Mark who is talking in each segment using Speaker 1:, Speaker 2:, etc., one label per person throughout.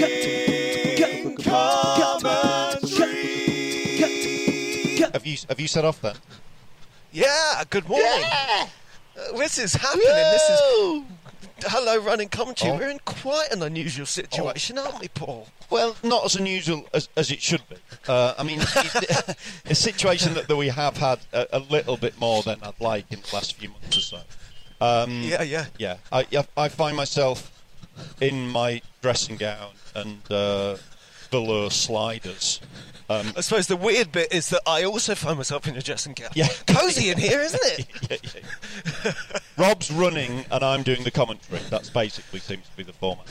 Speaker 1: Running commentary.
Speaker 2: Have you have you set off then?
Speaker 1: Yeah, good morning. Uh, This is happening. This is
Speaker 2: Whoa!
Speaker 1: hello running commentary.
Speaker 2: Oh.
Speaker 1: We're in quite an unusual situation, aren't we, Paul?
Speaker 2: Well, not as unusual as, as it should be. Uh, I mean, it- a situation that, that we have had a, a little bit more than I'd like in the last few months or so. Um,
Speaker 1: Yeah, yeah.
Speaker 2: yeah. I, yeah, I find myself in my dressing gown and uh, below sliders. Um,
Speaker 1: I suppose the weird bit is that I also find myself in a dressing gown.
Speaker 2: Yeah.
Speaker 1: cozy in here, isn't it?
Speaker 2: yeah, yeah. Rob's running and I'm doing the commentary. That's basically seems to be the format.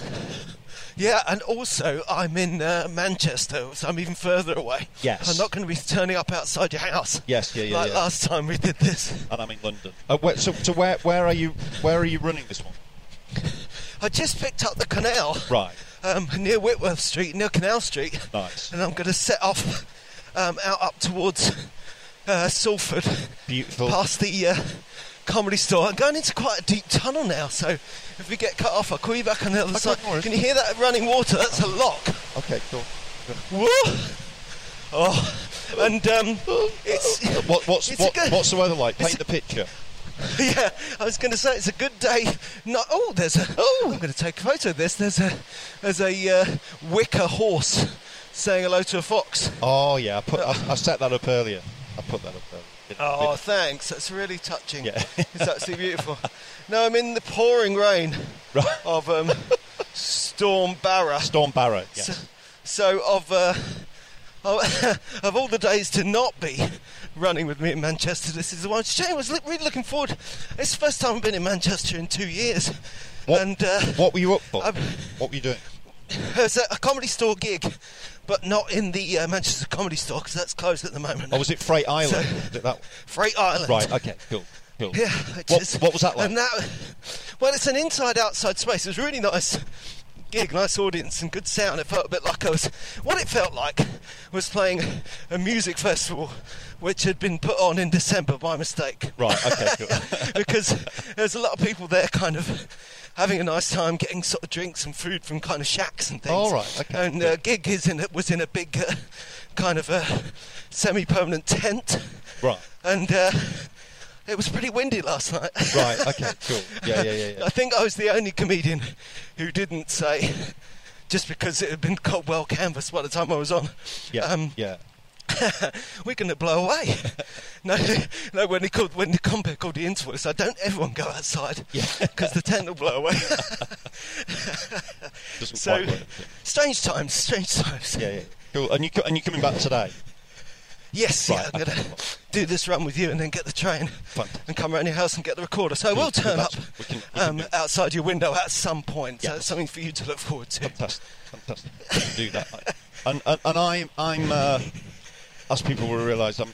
Speaker 1: Yeah, and also I'm in uh, Manchester, so I'm even further away.
Speaker 2: Yes.
Speaker 1: I'm not going to be turning up outside your house.
Speaker 2: Yes, yeah, yeah,
Speaker 1: Like
Speaker 2: yeah.
Speaker 1: last time we did this,
Speaker 2: And I'm in London. Uh, where, so, so where where are you where are you running this one?
Speaker 1: I just picked up the canal.
Speaker 2: Right.
Speaker 1: Um, near Whitworth Street, near Canal Street.
Speaker 2: Nice.
Speaker 1: And I'm going to set off um, out up towards uh, Salford.
Speaker 2: Beautiful.
Speaker 1: Past the uh, comedy store. I'm going into quite a deep tunnel now, so if we get cut off, I'll call you back on the other
Speaker 2: Okay,
Speaker 1: side.
Speaker 2: no worries.
Speaker 1: Can you hear that running water? That's a lock.
Speaker 2: Okay, cool.
Speaker 1: Whoa! Oh, and um, it's
Speaker 2: What, what's
Speaker 1: It's a
Speaker 2: what,
Speaker 1: good-
Speaker 2: what's the weather like?
Speaker 1: it's
Speaker 2: Paint the picture.
Speaker 1: yeah. I was going to say it's a good day. No, oh, there's a. Oh, I'm going to take a photo of this. There's a there's a uh, wicker horse saying hello to a fox.
Speaker 2: Oh yeah, I put I, I set that up earlier. I put that up earlier.
Speaker 1: Oh, thanks. That's really touching.
Speaker 2: Yeah.
Speaker 1: it's actually beautiful. No, I'm in the pouring rain
Speaker 2: Right.
Speaker 1: of um, Storm Barra.
Speaker 2: Storm Barrow. Yes.
Speaker 1: So, so of uh, oh, of all the days to not be running with me in Manchester, this is the one. Shame. I was look, really looking forward. It's the first time I've been in Manchester in two years,
Speaker 2: what,
Speaker 1: and uh,
Speaker 2: what were you up for?
Speaker 1: I'm-
Speaker 2: what were you doing?
Speaker 1: it's a, a comedy store gig, but not in the uh, Manchester Comedy Store because that's closed at the moment.
Speaker 2: Oh, was it Freight Island?
Speaker 1: So-
Speaker 2: Was it that one?
Speaker 1: Freight Island?
Speaker 2: Right. Okay. Cool. Cool.
Speaker 1: Yeah. it's
Speaker 2: What,
Speaker 1: just-
Speaker 2: what was that like?
Speaker 1: And that, well, it's an inside-outside space. It was really nice gig, nice audience, and good sound. It felt a bit like I was. What it felt like was playing a music festival, which had been put on in December by mistake.
Speaker 2: Right. Okay. Cool.
Speaker 1: because there's a lot of people there, kind of having a nice time, getting sort of drinks and food from kind of shacks and things.
Speaker 2: All right, okay,
Speaker 1: And uh, gig is in it was in a big uh, kind of a semi-permanent tent.
Speaker 2: Right.
Speaker 1: And uh, it was pretty windy last night.
Speaker 2: right. Okay. Cool. Yeah. Yeah. Yeah. yeah.
Speaker 1: I think I was the only comedian who didn't say, just because it had been cold, well canvassed by the time I was on.
Speaker 2: Yeah.
Speaker 1: um,
Speaker 2: yeah.
Speaker 1: We're going to blow away. no, no. When he called, when the compere called the interval, he said, "Don't everyone go outside
Speaker 2: Yeah.
Speaker 1: because the tent will blow away."
Speaker 2: Doesn't
Speaker 1: so,
Speaker 2: quite work.
Speaker 1: strange times, strange times.
Speaker 2: Yeah. Yeah. Cool. And you co- and you coming back today?
Speaker 1: Yes,
Speaker 2: Right,
Speaker 1: yeah, I'm going
Speaker 2: okay.
Speaker 1: to do this run with you and then get the train
Speaker 2: Fine.
Speaker 1: and come round your house and get the recorder. So I
Speaker 2: Cool,
Speaker 1: will turn up
Speaker 2: that's- we can- we can
Speaker 1: um,
Speaker 2: do it.
Speaker 1: outside your window at some point. So
Speaker 2: Yeah.
Speaker 1: it's something for you to look forward to.
Speaker 2: Fantastic, fantastic. We can do that. And and, and I'm I'm uh, as people will realise I'm,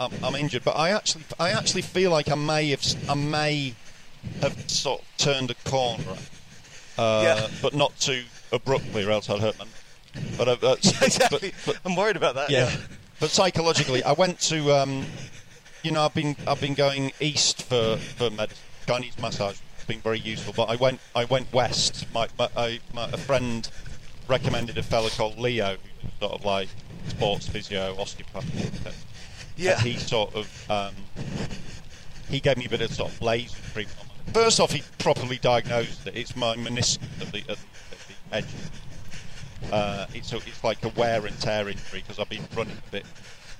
Speaker 2: I'm I'm injured, but I actually I actually feel like I may have s- I may have sort of turned a corner, uh,
Speaker 1: Yeah.
Speaker 2: but not too abruptly, or else I'd hurt my. But, uh, but-
Speaker 1: exactly.
Speaker 2: but,
Speaker 1: I'm worried about that.
Speaker 2: but yeah, but psychologically, I went to um, you know I've been I've been going east for for med- Chinese massage. It's been very useful, but I went I went west. My, my, I, my a friend recommended a fella called Leo, who's sort of like sports physio, osteopath. and
Speaker 1: Yeah.
Speaker 2: he sort of um, he gave me a bit of sort of laser treatment. First off, he properly diagnosed it. It's my meniscus at the, at, at the edge. Uh, it's a, it's like a wear and tear injury because I've been running a bit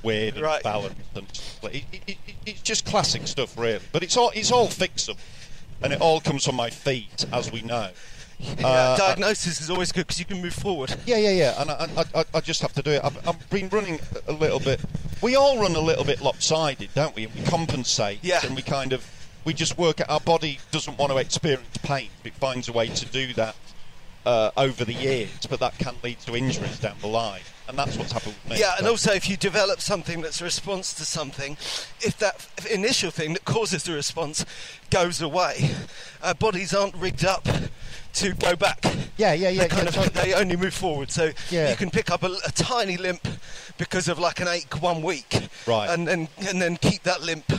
Speaker 2: weird and
Speaker 1: Right.
Speaker 2: balanced and stuff like- it, it, it, it's just classic stuff really. But it's all it's all fixable, and it all comes from my feet, as we know.
Speaker 1: Yeah,
Speaker 2: Uh,
Speaker 1: diagnosis is always good because you can move forward.
Speaker 2: Yeah, yeah, yeah. And I, I- I, I just have to do it. I've, I've been running a little bit. We all run a little bit lopsided, don't we? We compensate.
Speaker 1: Yeah.
Speaker 2: And we kind of, we just work out. Our body doesn't want to experience pain. It finds a way to do that uh, over the years, but that can lead to injuries down the line. And that's what's happened with me.
Speaker 1: Yeah, and
Speaker 2: So-
Speaker 1: also if you develop something that's a response to something, if that f- initial thing that causes the response goes away, our bodies aren't rigged up to go back.
Speaker 2: Yeah, yeah, yeah,
Speaker 1: They, kind
Speaker 2: yeah,
Speaker 1: of,
Speaker 2: so-
Speaker 1: they only move forward. So
Speaker 2: Yeah.
Speaker 1: you can pick up a, l- a tiny limp because of like an ache one week,
Speaker 2: Right.
Speaker 1: And then and then keep that limp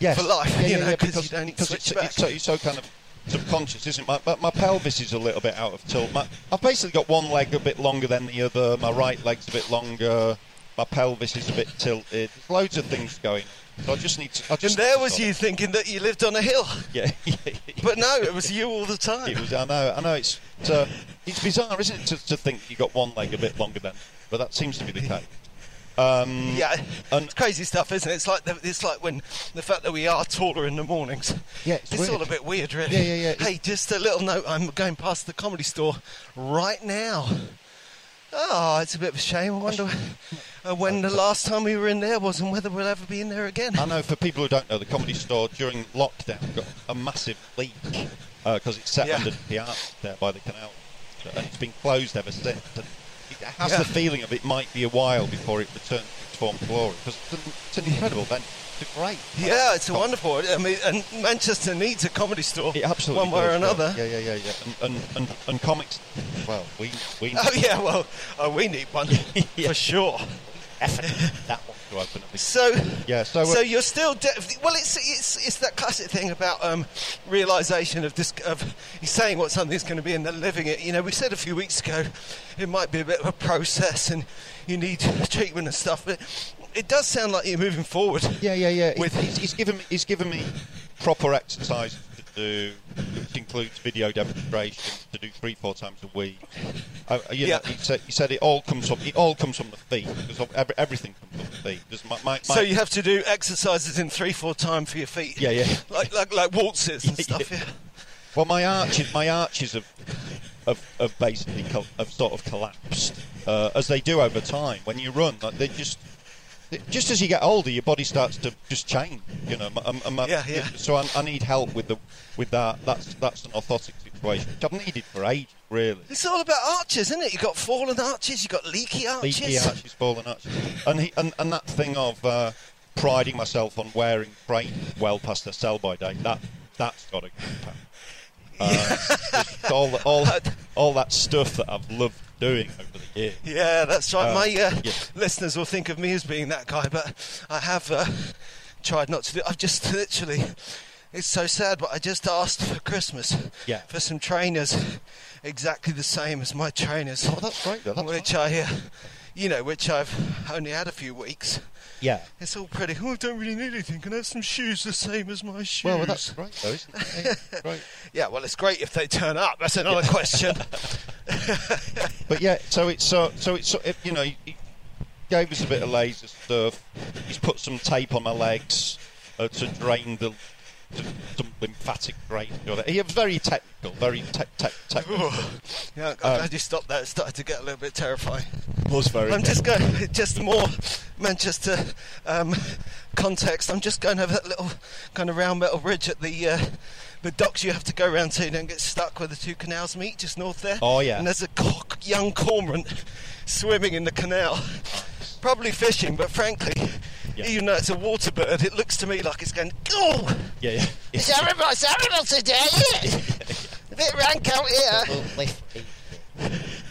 Speaker 2: Yes.
Speaker 1: for life.
Speaker 2: Yeah,
Speaker 1: you
Speaker 2: yeah,
Speaker 1: know,
Speaker 2: yeah,
Speaker 1: because you don't need to
Speaker 2: 'cause it's,
Speaker 1: switch back.
Speaker 2: It's so, it's so kind of subconscious, isn't it? My, my, my pelvis is a little bit out of tilt. My, I've basically got one leg a bit longer than the other. My right leg's a bit longer. My pelvis is a bit tilted. There's loads of things going. So I just need to. I
Speaker 1: and
Speaker 2: just
Speaker 1: there was you thinking that you lived on a hill,
Speaker 2: Yeah.
Speaker 1: but no, it was you all the time.
Speaker 2: It was, I know. I know. It's it's, uh, it's bizarre, isn't it, to, to think you got one leg a bit longer than, but that seems to be the case. Um,
Speaker 1: Yeah,
Speaker 2: And-
Speaker 1: it's crazy stuff, isn't it? It's like the, it's like when the fact that we are taller in the mornings.
Speaker 2: Yeah, it's weird.
Speaker 1: all a bit weird, really.
Speaker 2: Yeah, yeah, yeah.
Speaker 1: Hey, just a little note. I'm going past the comedy store right now. Oh, it's a bit of a shame. I wonder uh, when the last time we were in there was and whether we'll ever be in there again.
Speaker 2: I know for people who don't know, the comedy store during lockdown got a massive leak uh, because it's set
Speaker 1: Yeah.
Speaker 2: under the yard there by the canal, and it's been closed ever since. And it has
Speaker 1: Yeah.
Speaker 2: the feeling of it might be a while before it returns to its former glory because it's an incredible venue. It's great.
Speaker 1: yeah, it's a wonderful. I mean, and Manchester needs a comedy store.
Speaker 2: It absolutely
Speaker 1: One way
Speaker 2: does,
Speaker 1: or
Speaker 2: yeah.
Speaker 1: another.
Speaker 2: Yeah, yeah, yeah, yeah. And and, and, and comics. Well, we we
Speaker 1: Oh yeah, well, oh, we need one for sure.
Speaker 2: that one to open up.
Speaker 1: So
Speaker 2: Yeah, so, uh,
Speaker 1: so you're still de- well. It's it's it's that classic thing about um, realization of this of saying what something's going to be and then living it. You know, we said a few weeks ago it might be a bit of a process and you need treatment and stuff, but it does sound like you're moving forward.
Speaker 2: Yeah, yeah, yeah.
Speaker 1: With-
Speaker 2: With he's, he's given me, he's given me proper exercise to do, which includes video demonstrations to do three, four times a week. Uh, you know,
Speaker 1: Yeah.
Speaker 2: he said he said it all comes from it all comes from the feet because of every, everything comes from the feet. There's my, my, my,
Speaker 1: So you have to do exercises in three, four time for your feet.
Speaker 2: Yeah, yeah.
Speaker 1: Like like like waltzes and
Speaker 2: Yeah,
Speaker 1: stuff.
Speaker 2: yeah.
Speaker 1: Yeah.
Speaker 2: well, my arches, my arches have have, have basically col- have sort of collapsed uh, as they do over time when you run. Like they just. Just as you get older, your body starts to just change, you know. My, my- my-
Speaker 1: Yeah, yeah.
Speaker 2: So I, I need help with the with that. That's that's an orthotic situation, which I've needed for ages, really.
Speaker 1: It's all about arches, isn't it? You've got fallen arches, you've got leaky arches.
Speaker 2: Leaky arches, fallen arches, and he, and, and that thing of uh, priding myself on wearing trainers well past their sell-by date. That that's got to go. Uh, just all, all, all that stuff that I've loved doing over the years.
Speaker 1: Yeah, that's right.
Speaker 2: Uh,
Speaker 1: My uh,
Speaker 2: yeah.
Speaker 1: listeners will think of me as being that guy, but I have uh, tried not to do. I've just literally. It's so sad, but I just asked for Christmas
Speaker 2: Yeah.
Speaker 1: for some trainers, exactly the same as my trainers.
Speaker 2: Oh, that's great. Though. That's
Speaker 1: which I, uh, you know, which I've only had a few weeks.
Speaker 2: Yeah.
Speaker 1: It's all pretty. Oh, I don't really need anything. Can I have some shoes the same as my shoes?
Speaker 2: Oh, Well, well, that's great, though, isn't it? Yeah, great.
Speaker 1: yeah. Well, it's great if they turn up. That's another question.
Speaker 2: But yeah, so it's so so it's so, it, you know he he gave us a bit of laser stuff. He's put some tape on my legs uh, to drain the to, some lymphatic drain. or that- He was very technical, very tech tech technical.
Speaker 1: Oh. yeah, I'm glad you stopped that. It started to get a little bit terrifying.
Speaker 2: was Uh, very.
Speaker 1: I'm just going, just more Manchester um, context. I'm just going over that little kind of round metal bridge at the uh, the docks you have to go round to and then get stuck where the two canals meet, just north there.
Speaker 2: Oh, yeah.
Speaker 1: And there's a co- young cormorant swimming in the canal, probably fishing, but frankly,
Speaker 2: Yeah.
Speaker 1: even though it's a water bird, it looks to me like it's going, oh,
Speaker 2: yeah, yeah.
Speaker 1: it's horrible, it's horrible today. isn't it? A bit rank out here.
Speaker 3: Absolutely.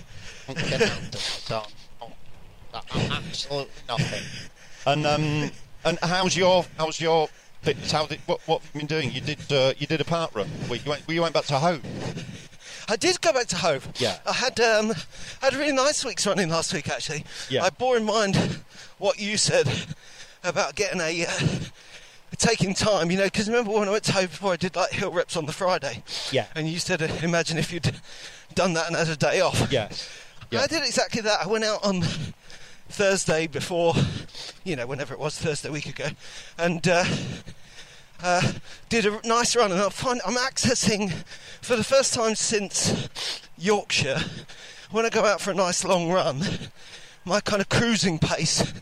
Speaker 3: Absolutely nothing.
Speaker 2: And um, and how's your how's your fitness? How did, what what have you been doing? You did uh, you did a part run. Well, you went you went back to home.
Speaker 1: I did go back to Hove.
Speaker 2: Yeah.
Speaker 1: I had um, I had a really nice week's running last week actually.
Speaker 2: Yeah.
Speaker 1: I bore in mind what you said about getting a uh, taking time, you know, because remember when I went to Hove before, I did like hill reps on the Friday.
Speaker 2: Yeah.
Speaker 1: And you said, uh, imagine if you'd done that and had a day off.
Speaker 2: Yes.
Speaker 1: I did exactly that. I went out on Thursday before, you know, whenever it was Thursday a week ago, and uh, uh, did a nice run. And I find I'm accessing for the first time since Yorkshire when I go out for a nice long run, my kind of cruising pace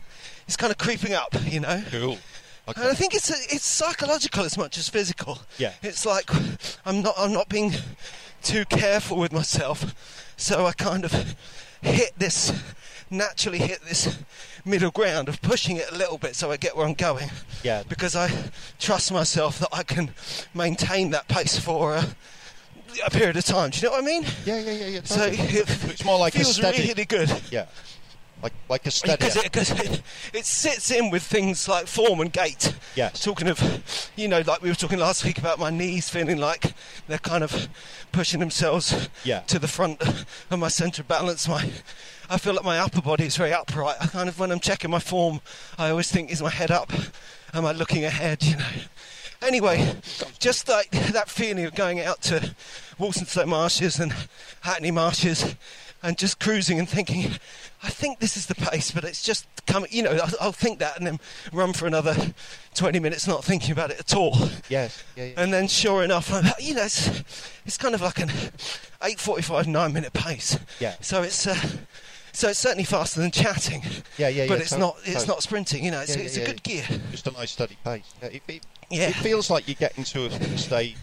Speaker 1: is kind of creeping up. You know.
Speaker 2: Cool. Okay.
Speaker 1: And I think it's it's psychological as much as physical.
Speaker 2: Yeah.
Speaker 1: It's like I'm not I'm not being too careful with myself, so I kind of hit this naturally hit this middle ground of pushing it a little bit so I get where I'm going.
Speaker 2: Yeah.
Speaker 1: Because I trust myself that I can maintain that pace for a, a period of time. Do you know what I mean?
Speaker 2: Yeah, yeah, yeah, yeah.
Speaker 1: So
Speaker 2: totally.
Speaker 1: it
Speaker 2: it's more like a
Speaker 1: feels
Speaker 2: steady.
Speaker 1: really good.
Speaker 2: yeah, like like a steady.
Speaker 1: Because it, 'cause it, it sits in with things like form and gait.
Speaker 2: Yes.
Speaker 1: Talking of, you know, like we were talking last week about my knees feeling like they're kind of pushing themselves
Speaker 2: Yeah.
Speaker 1: to the front of my centre of balance. My, I feel like my upper body is very upright. I kind of, when I'm checking my form, I always think, is my head up? Am I looking ahead? You know. Anyway, just like that feeling of going out to Walthamstow Marshes and Hackney Marshes and just cruising and thinking, I think this is the pace, but it's just coming, you know, I'll, I'll think that and then run for another 20 minutes not thinking about it at all.
Speaker 2: yes. Yeah, yeah.
Speaker 1: And then sure enough, I'm, you know, it's, it's kind of like an 8.45, 9 minute pace.
Speaker 2: Yeah.
Speaker 1: So it's, uh, so it's certainly faster than chatting.
Speaker 2: Yeah, yeah,
Speaker 1: But
Speaker 2: yeah,
Speaker 1: it's
Speaker 2: tot-
Speaker 1: not, it's
Speaker 2: tot-
Speaker 1: not sprinting, you know, it's,
Speaker 2: Yeah, yeah,
Speaker 1: it's
Speaker 2: yeah.
Speaker 1: a good gear.
Speaker 2: just a nice steady pace. Yeah, it, it,
Speaker 1: Yeah.
Speaker 2: it feels like you're getting to a state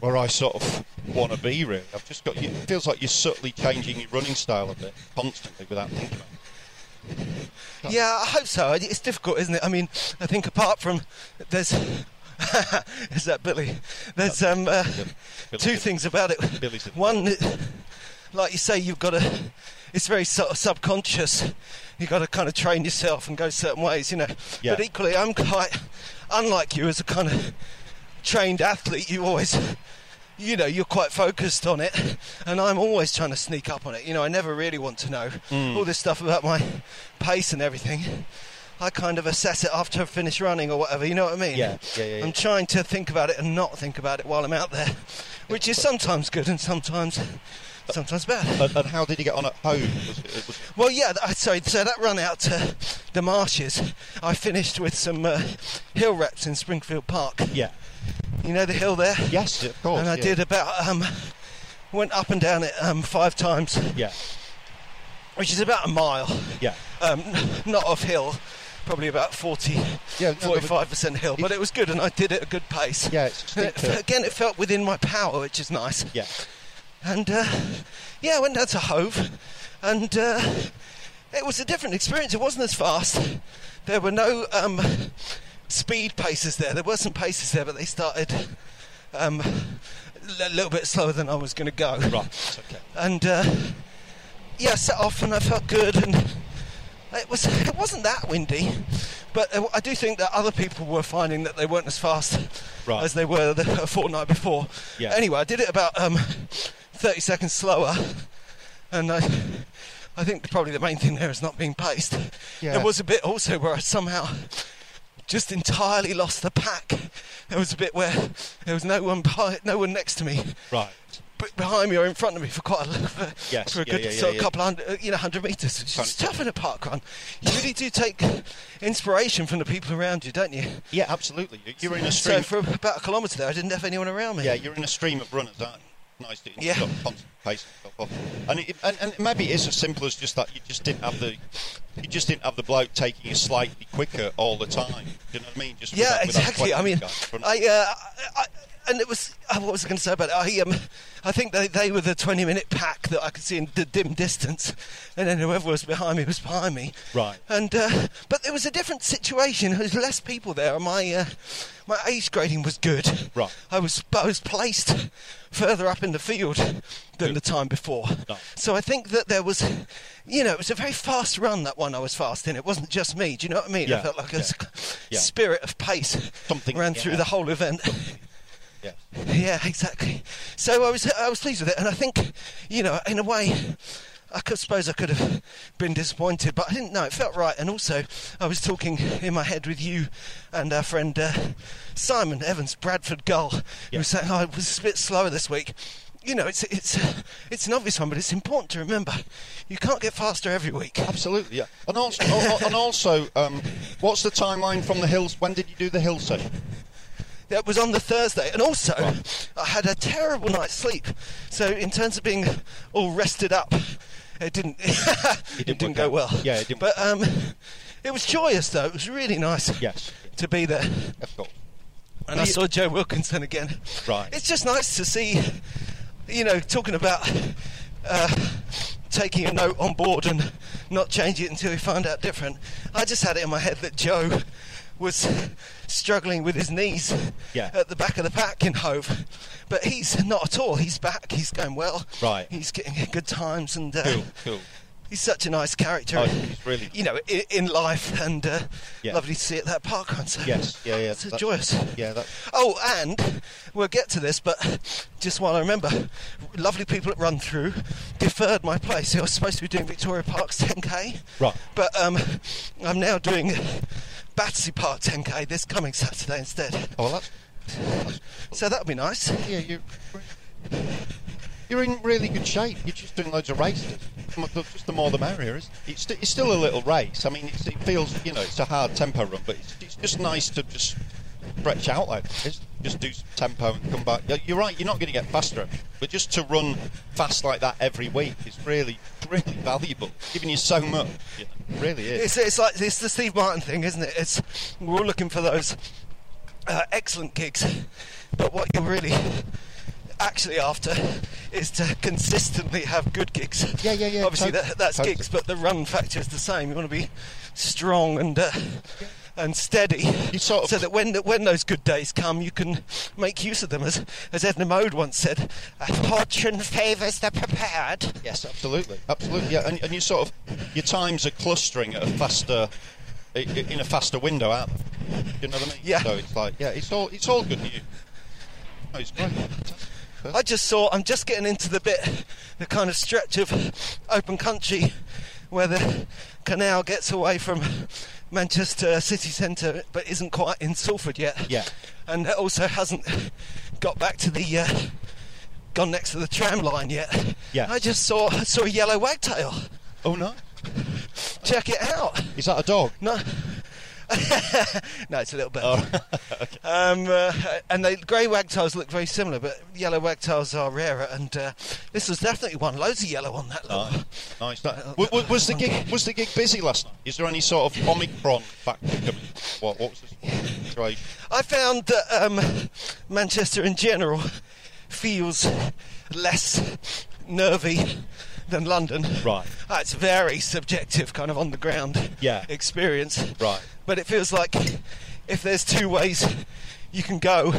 Speaker 2: where I sort of want to be. Really, I've just got. It feels like you're subtly changing your running style a bit constantly without thinking. about it.
Speaker 1: Yeah, I hope so. It's difficult, isn't it? I mean, I think apart from there's is that Billy? There's
Speaker 2: Oh.
Speaker 1: um uh,
Speaker 2: Billy.
Speaker 1: two things about it.
Speaker 2: Billy's in the
Speaker 1: One, like you say, you've got to. It's very sort of subconscious. You've got to kind of train yourself and go certain ways, you know.
Speaker 2: Yeah.
Speaker 1: But equally, I'm quite unlike you as a kind of trained athlete. You always. You know, you're quite focused on it, and I'm always trying to sneak up on it. You know, I never really want to know
Speaker 2: Hmm.
Speaker 1: all this stuff about my pace and everything. I kind of assess it after I finish running or whatever. You know what I mean?
Speaker 2: Yeah, yeah, yeah, yeah.
Speaker 1: I'm trying to think about it and not think about it while I'm out there, which is sometimes good and sometimes sometimes bad.
Speaker 2: And, and how did you get on at home? Was it, it was,
Speaker 1: Well, yeah. th- So, so that run out to the marshes, I finished with some uh, hill reps in Springfield Park.
Speaker 2: yeah.
Speaker 1: You know the hill there.
Speaker 2: Yes, of course.
Speaker 1: And I
Speaker 2: yeah.
Speaker 1: did about um, went up and down it um, five times,
Speaker 2: Yeah,
Speaker 1: which is about a mile.
Speaker 2: yeah.
Speaker 1: Um, not off hill. Probably about 40,
Speaker 2: Yeah, no, but-
Speaker 1: 45% hill, but it was good and I did it at a good pace.
Speaker 2: Yeah, it's
Speaker 1: And it,
Speaker 2: steep, uh,
Speaker 1: again, it felt within my power, which is nice.
Speaker 2: Yeah.
Speaker 1: And uh, yeah, I went down to Hove, and uh, it was a different experience. It wasn't as fast. There were no um, speed paces there. There were some paces there, but they started um, a little bit slower than I was going to go.
Speaker 2: Right. it's Okay.
Speaker 1: And uh, yeah, I set off, and I felt good, and it was it wasn't that windy. But I- I do think that other people were finding that they weren't as fast
Speaker 2: Right.
Speaker 1: as they were the, a fortnight before.
Speaker 2: Yeah.
Speaker 1: Anyway, I did it about um, 30 seconds slower, and I, I think probably the main thing there is not being paced.
Speaker 2: Yeah.
Speaker 1: There was a bit also where I somehow just entirely lost the pack. There was a bit where there was no one behind, no one next to me,
Speaker 2: Right.
Speaker 1: b- behind me or in front of me for quite a for,
Speaker 2: Yes,
Speaker 1: for a
Speaker 2: yeah,
Speaker 1: good
Speaker 2: yeah, yeah,
Speaker 1: sort of
Speaker 2: yeah.
Speaker 1: couple of hundred, uh, you know, hundred meters. It's just
Speaker 2: Can't-
Speaker 1: tough in a park run. You really do take inspiration from the people around you, don't you?
Speaker 2: Yeah, absolutely. You- You're in a
Speaker 1: So
Speaker 2: stream.
Speaker 1: for about a kilometre there, I didn't have anyone around me.
Speaker 2: yeah, you're in a stream of runners, aren't you? Nice. That you've
Speaker 1: Yeah.
Speaker 2: got constant pace and stuff off. And, it, and and maybe it's as simple as just that you just didn't have the you just didn't have the bloke taking you slightly quicker all the time. Do you know what I mean? Just
Speaker 1: Yeah,
Speaker 2: without- without
Speaker 1: exactly. I
Speaker 2: quite
Speaker 1: mean,
Speaker 2: the guy in front of
Speaker 1: I, uh, I, and it was. uh, What was I going to say about it? I, um, I think they, they were the 20 minute pack that I could see in the dim distance, and then whoever was behind me was behind me.
Speaker 2: Right.
Speaker 1: And uh, but there was a different situation. There was less people there. and My uh, my age grading was good.
Speaker 2: Right.
Speaker 1: I was I was placed further up in the field than the time before.
Speaker 2: Nice.
Speaker 1: So I think that there was, you know, it was a very fast run that one I was fast in. It wasn't just me. Do you know what I mean? I
Speaker 2: Yeah,
Speaker 1: felt like I
Speaker 2: yeah,
Speaker 1: was
Speaker 2: yeah.
Speaker 1: spirit of pace
Speaker 2: Something-
Speaker 1: ran
Speaker 2: yeah.
Speaker 1: through the whole event.
Speaker 2: Yeah.
Speaker 1: Yeah, exactly. So I was I was pleased with it, and I think, you know, in a way, I could, suppose I could have been disappointed, but I didn't know. It felt right, and also I was talking in my head with you and our friend uh, Simon Evans, Bradford Gull, who
Speaker 2: Yeah.
Speaker 1: was saying, "Oh, it was a bit slower this week." You know, it's it's it's an obvious one, but it's important to remember. You can't get faster every week.
Speaker 2: Absolutely, yeah. And also, oh, oh, and also um, what's the timeline from the hills? When did you do the hill session?
Speaker 1: That was on the Thursday, and also I had a terrible night's sleep. So in terms of being all rested up, it didn't it,
Speaker 2: didn't
Speaker 1: didn't
Speaker 2: work
Speaker 1: go
Speaker 2: out.
Speaker 1: well.
Speaker 2: Yeah, it didn't
Speaker 1: But um, it was joyous though. It was really nice.
Speaker 2: Yes.
Speaker 1: To be there,
Speaker 2: Of course.
Speaker 1: and I saw Joe Wilkinson again.
Speaker 2: Right.
Speaker 1: It's just nice to see, you know, talking about uh, taking a note on board and not change it until we find out different. I just had it in my head that Joe was struggling with his knees
Speaker 2: Yeah.
Speaker 1: at the back of the pack in Hove, but he's not at all. He's back. He's going well.
Speaker 2: Right.
Speaker 1: He's getting good times and. Uh,
Speaker 2: Cool, cool.
Speaker 1: He's such a nice character.
Speaker 2: Oh, he's really-
Speaker 1: You know, in, in life, and uh,
Speaker 2: Yeah.
Speaker 1: lovely to see at that park run. So
Speaker 2: Yes, yeah, yeah.
Speaker 1: So
Speaker 2: That-
Speaker 1: joyous.
Speaker 2: Yeah, that-
Speaker 1: Oh, and we'll get to this, but just while I remember, lovely people at Run Through deferred my place. I was supposed to be doing Victoria Park's 10k,
Speaker 2: Right.
Speaker 1: But um, I'm now doing Battersea Park 10k this coming Saturday instead.
Speaker 2: Oh, well, that's,
Speaker 1: So that'll be nice.
Speaker 2: yeah, you're, you're in really good shape. You're just doing loads of races. M- the- Just the more the merrier. Isn't it? It's, st- it's still a little race. I mean, it's, it feels, you know, it's a hard tempo run, but it's, it's just nice to just stretch out like this. Just do some tempo and come back. You're- You're right, you're not going to get faster, but just to run fast like that every week is really, really valuable. Giving you so much. You know, it really is.
Speaker 1: It's, it's like it's the Steve Martin thing, isn't it? It's we're all looking for those uh, excellent gigs, but what you're really actually after is to consistently have good gigs.
Speaker 2: Yeah, yeah, yeah,
Speaker 1: Obviously,
Speaker 2: tot-
Speaker 1: that, that's
Speaker 2: totally.
Speaker 1: gigs, but the run factor is the same. You want to be strong and. Uh, and steady,
Speaker 2: You sort of-
Speaker 1: so that when when those good days come, you can make use of them. As as Edna Mode once said, "Fortune favours the prepared."
Speaker 2: Yes, absolutely, absolutely. Yeah, and, and you sort of your times are clustering at a faster i- i- in a faster window, aren't they? You know what I mean?
Speaker 1: Yeah.
Speaker 2: So it's like, yeah, it's all it's all good news. No, it's great.
Speaker 1: I just saw. I'm just getting into the bit, the kind of stretch of open country where the canal gets away from Manchester city centre, but isn't quite in Salford yet.
Speaker 2: Yeah.
Speaker 1: and it also hasn't got back to the. Uh, Gone next to the tram line yet?
Speaker 2: Yeah.
Speaker 1: I just saw saw a yellow wagtail.
Speaker 2: Oh no,
Speaker 1: Check it out.
Speaker 2: is that a dog?
Speaker 1: No. no, it's a little bit. um, uh, and the grey wagtails look very similar, but yellow wagtails are rarer. And uh, this was definitely one. Loads of yellow on that. lot.
Speaker 2: Nice, nice. That, was, was the gig was the gig busy last night? Is there any sort of Omicron factor coming? What what was the situation?
Speaker 1: I found that um, Manchester in general feels less nervy than London.
Speaker 2: Right.
Speaker 1: Uh, It's very subjective, kind of on the ground
Speaker 2: Yeah.
Speaker 1: experience.
Speaker 2: Right.
Speaker 1: But it feels like if there's two ways you can go,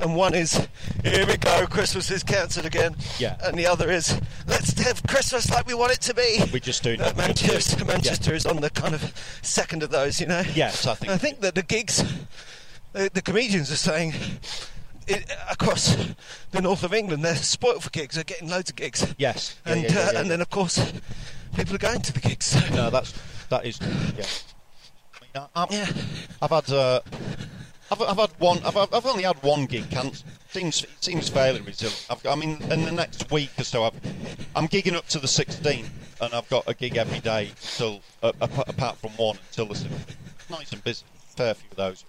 Speaker 1: and one is here we go, Christmas is cancelled again.
Speaker 2: Yeah.
Speaker 1: And the other is let's have Christmas like we want it to be.
Speaker 2: We're just doing
Speaker 1: Uh,
Speaker 2: what we're gonna do.
Speaker 1: Manchester.
Speaker 2: Yeah.
Speaker 1: Manchester is on the kind of second of those, you know.
Speaker 2: Yes, I think-
Speaker 1: I think that the gigs, uh, the, the comedians are saying it, across the north of England, they're spoiled for gigs. They're getting loads of gigs.
Speaker 2: Yes. Yeah,
Speaker 1: and
Speaker 2: yeah, yeah,
Speaker 1: uh,
Speaker 2: yeah,
Speaker 1: and
Speaker 2: yeah.
Speaker 1: then of course people are going to the gigs.
Speaker 2: No, that's that is. Yeah. I mean, I, I'm-
Speaker 1: Yeah.
Speaker 2: I've had. Uh, I've, I've had one. I've, I've I've only had one gig cancelled. Seems it seems fairly resilient. I've, got- I mean, in the next week or so, I've, I'm gigging up to the 16th, and I've got a gig every day till uh, ap- apart from one until the 16th. Nice and busy. Fair few of those.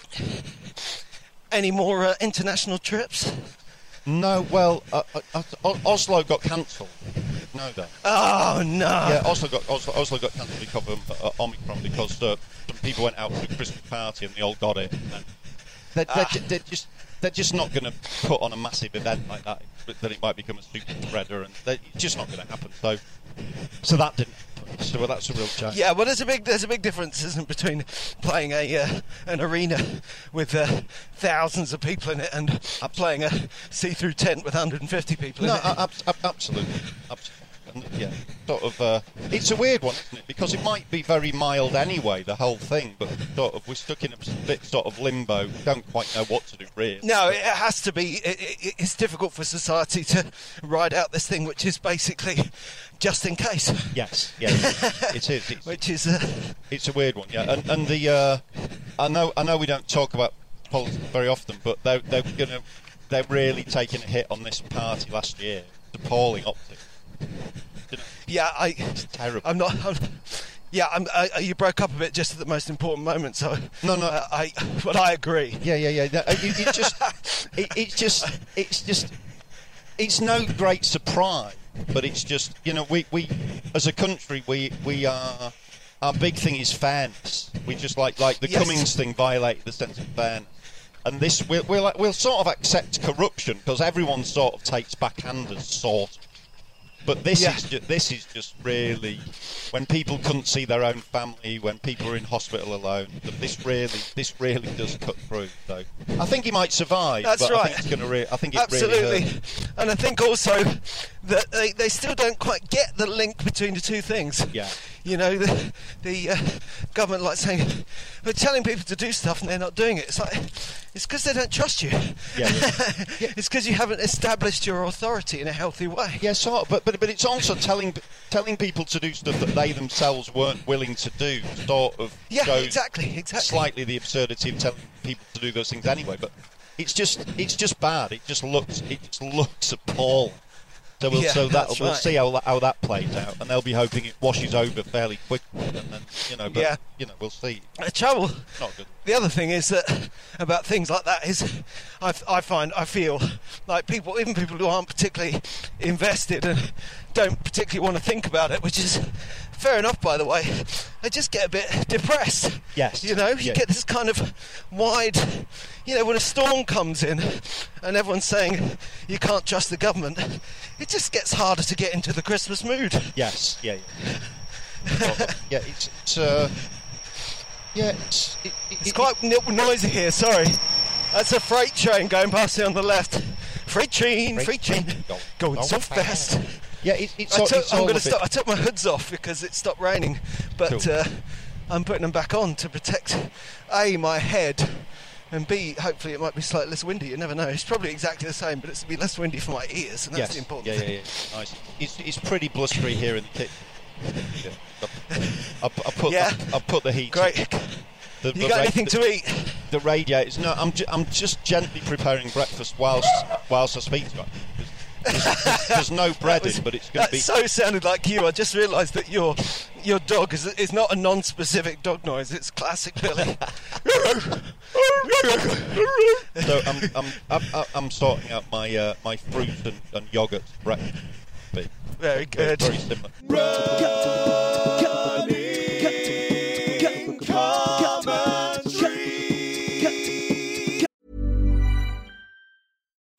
Speaker 1: Any more uh, international trips?
Speaker 2: No, well, uh, uh, uh, O- Oslo got cancelled. No, though.
Speaker 1: Oh no!
Speaker 2: Yeah, Oslo got Oslo, Oslo got cancelled because of uh, Omicron because uh, some people went out to a Christmas party and they all got it. And they're, they're, ju- they're just they're just not going to put on a massive event like that. but Then it might become a super spreader, and they're- it's just not going to happen. So, so that didn't. happen. So well, that's a real change.
Speaker 1: Yeah, well, there's a big there's a big difference, isn't it, between playing a uh, an arena with uh, thousands of people in it and playing a see-through tent with 150 people in
Speaker 2: No, uh,
Speaker 1: it.
Speaker 2: a- ab- ab- absolutely, absolutely. and yeah, sort of. Uh, it's a weird one, isn't it? Because it might be very mild anyway, the whole thing, but sort of we're stuck in a bit sort of limbo. We don't quite know what to do, really.
Speaker 1: No, it has to be. It, it, it's difficult for society to ride out this thing, which is basically just in case.
Speaker 2: Yes, yes, it is. It's,
Speaker 1: Which is, uh,
Speaker 2: It's a weird one, yeah. And, and the uh, I know I know we don't talk about politics very often, but they're they're gonna they're really taking a hit on this party last year. It's appalling optics.
Speaker 1: yeah, I.
Speaker 2: It's terrible.
Speaker 1: I'm not. I'm, yeah, I'm, I, I- you broke up a bit just at the most important moment. So
Speaker 2: No, no.
Speaker 1: uh, I. But I agree.
Speaker 2: Yeah, yeah, yeah. That- It, it just, it, it's just, it's just, it's no great surprise, but it's just, you know, we, we as a country, we, we are, our big thing is fairness. We just like, like the
Speaker 1: Yes.
Speaker 2: Cummings thing violated the sense of fairness. And this, we'll, we'll, we'll sort of accept corruption because everyone sort of takes backhanders, sort of. But this
Speaker 1: Yeah.
Speaker 2: is ju- this is just really when people couldn't see their own family, when people are in hospital alone. th- This really this really does cut through. So I think he might survive.
Speaker 1: That's
Speaker 2: but I
Speaker 1: right.
Speaker 2: think it's going to. Re- I think it
Speaker 1: Absolutely.
Speaker 2: really hurt.
Speaker 1: and I think also that they, they still don't quite get the link between the two things.
Speaker 2: Yeah.
Speaker 1: You know, the, the uh, government like saying, we're telling people to do stuff and they're not doing it. It's like, it's because they don't trust you.
Speaker 2: Yeah,
Speaker 1: it's because you haven't established your authority in a healthy way.
Speaker 2: Yeah, sort of, but but but it's also telling telling people to do stuff that they themselves weren't willing to do. Sort of
Speaker 1: Yeah,
Speaker 2: shows
Speaker 1: exactly, exactly.
Speaker 2: Slightly the absurdity of telling people to do those things anyway, but it's just it's just bad. It just looks it just looks appalling. So we'll
Speaker 1: Yeah,
Speaker 2: so that
Speaker 1: that's
Speaker 2: we'll
Speaker 1: right.
Speaker 2: see how that, how that plays out, and they'll be hoping it washes over fairly quickly, and then you know, but
Speaker 1: Yeah.
Speaker 2: you know, we'll see.
Speaker 1: The trouble,
Speaker 2: Not good.
Speaker 1: the other thing is that about things like that is, I, I find I feel like people, even people who aren't particularly invested and don't particularly want to think about it, which is fair enough, by the way. They just get a bit depressed.
Speaker 2: Yes.
Speaker 1: you know, you
Speaker 2: Yeah.
Speaker 1: get this kind of wide, you know, when a storm comes in and everyone's saying you can't trust the government, it just gets harder to get into the Christmas mood.
Speaker 2: Yes, yeah, yeah. yeah, it's, it's uh, yeah, it's it, it,
Speaker 1: It's
Speaker 2: it-
Speaker 1: quite no- noisy here, sorry. That's a freight train going past here on the left. Freight train, freight
Speaker 2: Freight
Speaker 1: train,
Speaker 2: train, go-
Speaker 1: going
Speaker 2: go
Speaker 1: so
Speaker 2: fast.
Speaker 1: fast.
Speaker 2: Yeah, it, it's,
Speaker 1: I
Speaker 2: all-
Speaker 1: took,
Speaker 2: it's
Speaker 1: I'm
Speaker 2: all
Speaker 1: going
Speaker 2: a
Speaker 1: to
Speaker 2: bit-
Speaker 1: stop. I took my hoods off because it stopped raining, but
Speaker 2: Cool.
Speaker 1: uh, I'm putting them back on to protect a my head and b hopefully it might be slightly less windy. You never know. It's probably exactly the same, but it's be less windy for my ears, and that's the important
Speaker 2: yeah,
Speaker 1: thing.
Speaker 2: Yeah, yeah, nice. It's, it's pretty blustery here in the kitchen. I, I put
Speaker 1: Yeah.
Speaker 2: I, put the heat.
Speaker 1: Great.
Speaker 2: The,
Speaker 1: You got
Speaker 2: ra-
Speaker 1: anything
Speaker 2: the,
Speaker 1: to eat?
Speaker 2: The radiators. No, I'm, ju- I'm just gently preparing breakfast whilst whilst I speak to you. There's, there's- there's no bread in, but it's going to
Speaker 1: That
Speaker 2: be.
Speaker 1: so sounded like you. I just realised that your your dog is is not a non-specific dog noise. It's classic Billy.
Speaker 2: so I'm, I'm, I'm, I'm- I'm sorting out my uh, my fruit and, and yogurt breakfast. Be- Very,
Speaker 1: Very good.
Speaker 2: very similar.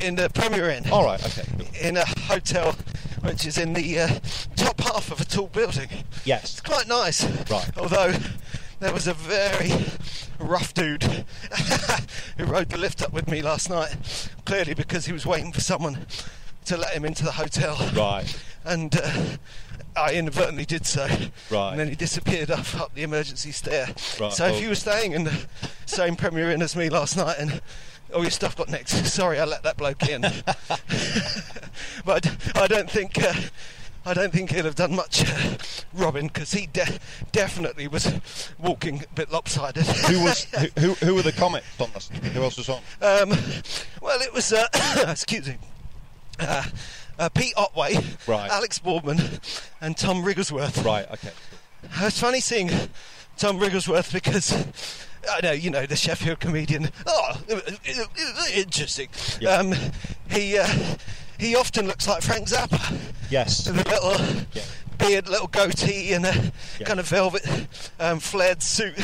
Speaker 1: in the Premier Inn.
Speaker 2: All right, okay. cool.
Speaker 1: In a hotel which is in the uh, top half of a tall building.
Speaker 2: Yes.
Speaker 1: It's quite nice.
Speaker 2: Right.
Speaker 1: Although there was a very rough dude who rode the lift up with me last night, clearly because he was waiting for someone to let him into the hotel.
Speaker 2: Right.
Speaker 1: And uh, I inadvertently did so.
Speaker 2: Right.
Speaker 1: And then he disappeared up, up the emergency stair.
Speaker 2: Right,
Speaker 1: So
Speaker 2: oh.
Speaker 1: if you were staying in the same Premier Inn as me last night and all your stuff got nicked, sorry I let that bloke in. but I don't think. Uh, I don't think he'll have done much, uh, Robin, because he de- definitely was walking a bit lopsided.
Speaker 2: Who was who, who? Who were the comics on this? Who else was on?
Speaker 1: Um, well, it was, uh, excuse me, uh, uh, Pete Otway,
Speaker 2: Right.
Speaker 1: Alex Boardman, and Tom Rigglesworth.
Speaker 2: Right. Okay. cool.
Speaker 1: It was Uh, funny seeing Tom Rigglesworth because I know you know the Sheffield comedian. Oh, interesting.
Speaker 2: Yeah.
Speaker 1: Um, he uh, he often looks like Frank Zappa.
Speaker 2: Yes.
Speaker 1: With a little
Speaker 2: Yeah.
Speaker 1: beard, little goatee, and a
Speaker 2: Yeah.
Speaker 1: kind of velvet um, flared suit.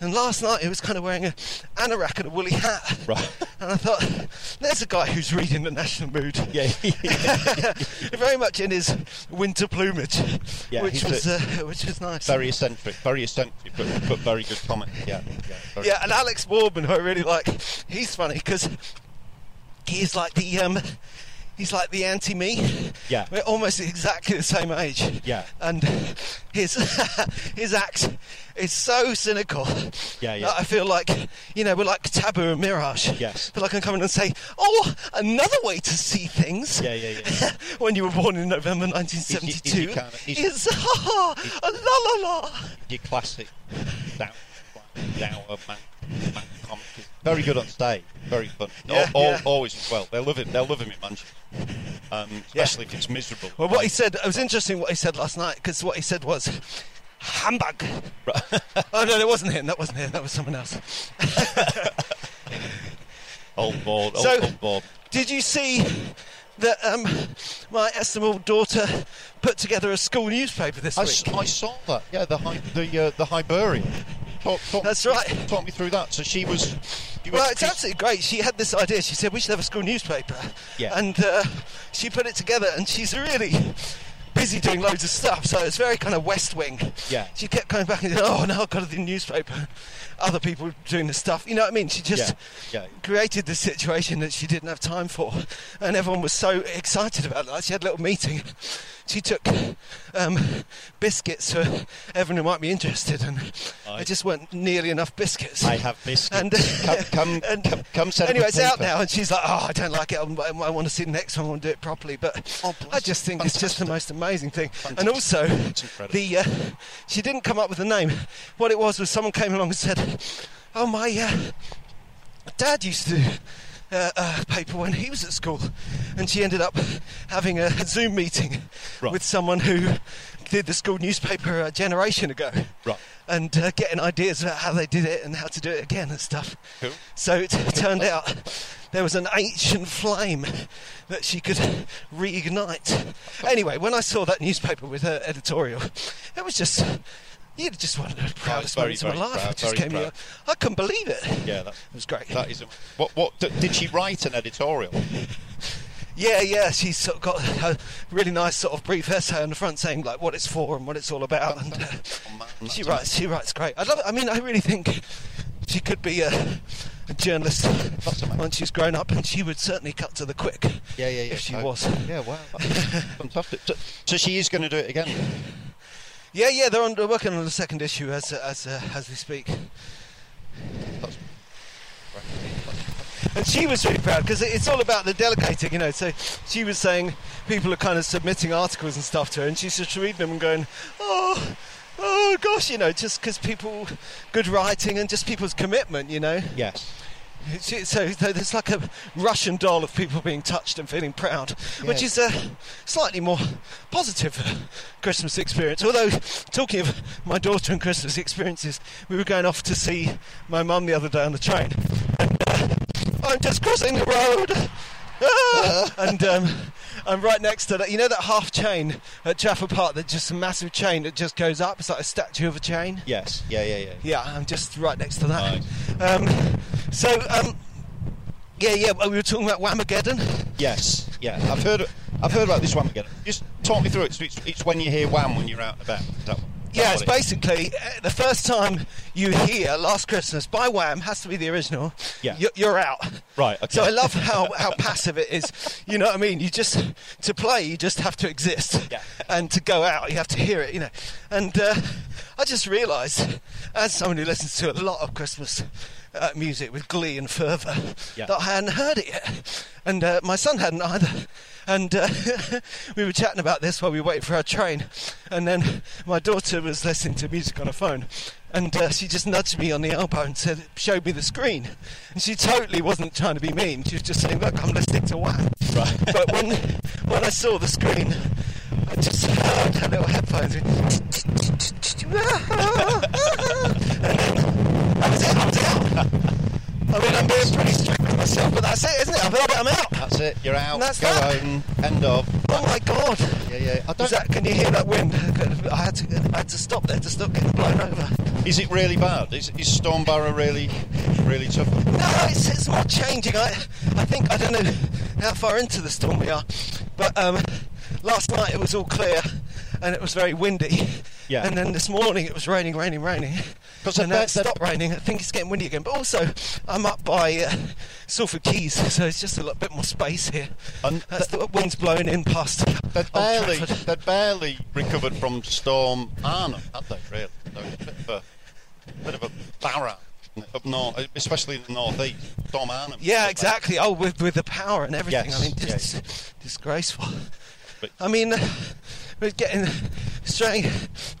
Speaker 1: And last night he was kind of wearing an anorak and a woolly hat.
Speaker 2: Right.
Speaker 1: And I thought, there's a guy who's reading the national mood.
Speaker 2: Yeah.
Speaker 1: Very much in his winter plumage,
Speaker 2: Yeah,
Speaker 1: which
Speaker 2: he's a-
Speaker 1: was uh, which was nice.
Speaker 2: very eccentric. Very eccentric, but, but very good comic. Yeah. Yeah. very-
Speaker 1: Yeah, and Alex Boardman, who I really like, he's funny because he's like the um, he's like the anti-me.
Speaker 2: Yeah.
Speaker 1: we're almost exactly the same age.
Speaker 2: Yeah.
Speaker 1: and his his act is so cynical.
Speaker 2: Yeah, yeah.
Speaker 1: that I feel like you know we're like Taboo and Mirage.
Speaker 2: Yes.
Speaker 1: but I can come in and say, oh, another way to see things.
Speaker 2: Yeah, yeah, yeah.
Speaker 1: when you were born in November
Speaker 2: Easy-
Speaker 1: 1972,
Speaker 2: easy kind of- easy-
Speaker 1: is ha ha la la la.
Speaker 2: Your classic down, down uh, man, man comic. is Very good on stage. Very fun.
Speaker 1: Yeah,
Speaker 2: Al- al-
Speaker 1: yeah.
Speaker 2: Always well. They love him. They love him in Manchester. Um, especially if it's miserable.
Speaker 1: Well, what he said, it was interesting what he said last night because what he said was handbag. oh no, that wasn't him. That wasn't him. That was someone else.
Speaker 2: Old board. Old,
Speaker 1: So-
Speaker 2: old board.
Speaker 1: Did you see that um, my estimable daughter put together a school newspaper this
Speaker 2: I,
Speaker 1: week?
Speaker 2: s- I saw that. Yeah, the hy- the uh, the Hibernian. Talk, talk,
Speaker 1: That's right.
Speaker 2: Talk me through that. So she was. She was
Speaker 1: Well, it's
Speaker 2: she's-
Speaker 1: absolutely great. She had this idea. She said we should have a school newspaper.
Speaker 2: Yeah.
Speaker 1: And uh, she put it together, and she's really busy doing loads of stuff. So it's very kind of West Wing.
Speaker 2: Yeah.
Speaker 1: She kept coming back and saying, "Oh, now I've got to do newspaper." Other people doing the stuff. You know what I mean? She just
Speaker 2: Yeah, yeah.
Speaker 1: created this situation that she didn't have time for, and everyone was so excited about that. She had a little meeting. She took um, biscuits for everyone who might be interested, and
Speaker 2: I-
Speaker 1: there just weren't nearly enough biscuits.
Speaker 2: I have biscuits.
Speaker 1: And
Speaker 2: come, come,
Speaker 1: and-
Speaker 2: come, come set up
Speaker 1: Um, anyway,
Speaker 2: a
Speaker 1: it's out
Speaker 2: paper.
Speaker 1: now, and she's like, "Oh, I don't like it. I'm, I want to see the next one. I want to do it properly." But
Speaker 2: Oh, bless
Speaker 1: I just think it's just the most amazing thing. And
Speaker 2: Fantastic.
Speaker 1: also,
Speaker 2: It's incredible.
Speaker 1: the uh, she didn't come up with a name. What it was was someone came along and said, "Oh, my uh, dad used to." do Uh, uh, paper when he was at school, and she ended up having a Zoom meeting
Speaker 2: Right.
Speaker 1: with someone who did the school newspaper a generation ago
Speaker 2: Right.
Speaker 1: and uh, getting ideas about how they did it and how to do it again and stuff.
Speaker 2: Cool.
Speaker 1: So it turned out there was an ancient flame that she could reignite. Anyway, when I saw that newspaper with her editorial, it was just. You'd just one of the proudest
Speaker 2: very,
Speaker 1: moments of my
Speaker 2: very
Speaker 1: life.
Speaker 2: proud,
Speaker 1: I just
Speaker 2: very
Speaker 1: came
Speaker 2: proud.
Speaker 1: here. I couldn't believe it.
Speaker 2: Yeah,
Speaker 1: it
Speaker 2: that
Speaker 1: was great.
Speaker 2: That is. What? What? d- Did she write an editorial?
Speaker 1: Yeah, yeah, she's sort of got a really nice sort of brief essay on the front saying like what it's for and what it's all about. And uh, she writes, she writes great. I love it. I mean, I really think she could be a, a journalist
Speaker 2: amazing.
Speaker 1: once she's grown up, and she would certainly cut to the quick. If she
Speaker 2: Oh,
Speaker 1: was.
Speaker 2: Yeah, wow. Fantastic. So, so she is going to do it again.
Speaker 1: Yeah, yeah, they're, on, they're working on the second issue as uh, as uh, as we speak.
Speaker 2: That's-
Speaker 1: And she was really proud because it's all about the delegating, you know. So she was saying people are kind of submitting articles and stuff to her, and she's just reading them and going, oh, oh gosh, you know, just because people, good writing and just people's commitment, you know.
Speaker 2: Yes.
Speaker 1: It's- So there's like a Russian doll of people being touched and feeling proud, which is a slightly more positive uh, Christmas experience. Although, talking of my daughter and Christmas experiences, we were going off to see my mum the other day on the train. And, uh, I'm just crossing the road. Ah! and um, I'm right next to that. You know that half chain at Trafford Park, that just a massive chain that just goes up. It's like a statue of a chain.
Speaker 2: Yes. Yeah. Yeah. Yeah.
Speaker 1: Yeah, I'm just right next to that. Um, so, um, yeah, yeah, well, we were talking about Whamageddon.
Speaker 2: Yes. Yeah. I've heard. I've heard about this one again. Just talk me through it. So it's, it's when you hear wham when you're out and about. Is that, is
Speaker 1: Yeah,
Speaker 2: that
Speaker 1: it's
Speaker 2: what it is?
Speaker 1: basically uh, the first time you hear "Last Christmas" by Wham has to be the original.
Speaker 2: Yeah.
Speaker 1: you- you're out.
Speaker 2: Right, okay.
Speaker 1: So I love how, how passive it is. You know what I mean? You just to play, you just have to exist.
Speaker 2: Yeah.
Speaker 1: And to go out, you have to hear it. You know. And uh, I just realised, as someone who listens to a lot of Christmas uh, music with glee and fervour,
Speaker 2: Yeah.
Speaker 1: that I hadn't heard it yet, and uh, my son hadn't either. And uh, we were chatting about this while we waited for our train, and then my daughter was listening to music on her phone, and uh, she just nudged me on the elbow and said, "Showed me the screen." And she totally wasn't trying to be mean. She was just saying, "Look, I'm listening to Wham." Right. But when when I saw the screen, I just heard her little headphones. and then that was it. I was out. I mean, I'm being pretty strict with myself, but that's it, isn't it? I've heard it, I'm out.
Speaker 2: That's it. You're out.
Speaker 1: And that's
Speaker 2: go
Speaker 1: that.
Speaker 2: home. End of.
Speaker 1: Oh my god.
Speaker 2: Yeah. Yeah. I don't.
Speaker 1: Is that, can you hear that wind? I had to, I had to stop there to stop getting blown over.
Speaker 2: Is it really bad? Is, is Stormborough really, really tough?
Speaker 1: No, it's, it's more changing. I, I think, I don't know how far into the storm we are, but um, last night it was all clear and it was very windy.
Speaker 2: Yeah.
Speaker 1: And then this morning it was raining, raining, raining.
Speaker 2: 'Cause I
Speaker 1: and now
Speaker 2: bet
Speaker 1: it's
Speaker 2: that-
Speaker 1: stopped raining. I think it's getting windy again. But also, I'm up by uh, Salford Keys, so it's just a little bit more space here.
Speaker 2: And
Speaker 1: That's the wind's blowing in past.
Speaker 2: They
Speaker 1: Old
Speaker 2: barely,
Speaker 1: Trafford.
Speaker 2: they barely recovered from Storm Arnhem, had they? Really, they were a bit of a, bit of a barra up north, especially in the northeast. Storm Arnhem.
Speaker 1: Yeah, exactly. Oh, with with the power and everything.
Speaker 2: Yes,
Speaker 1: I mean, just disgraceful. I mean, we're getting straying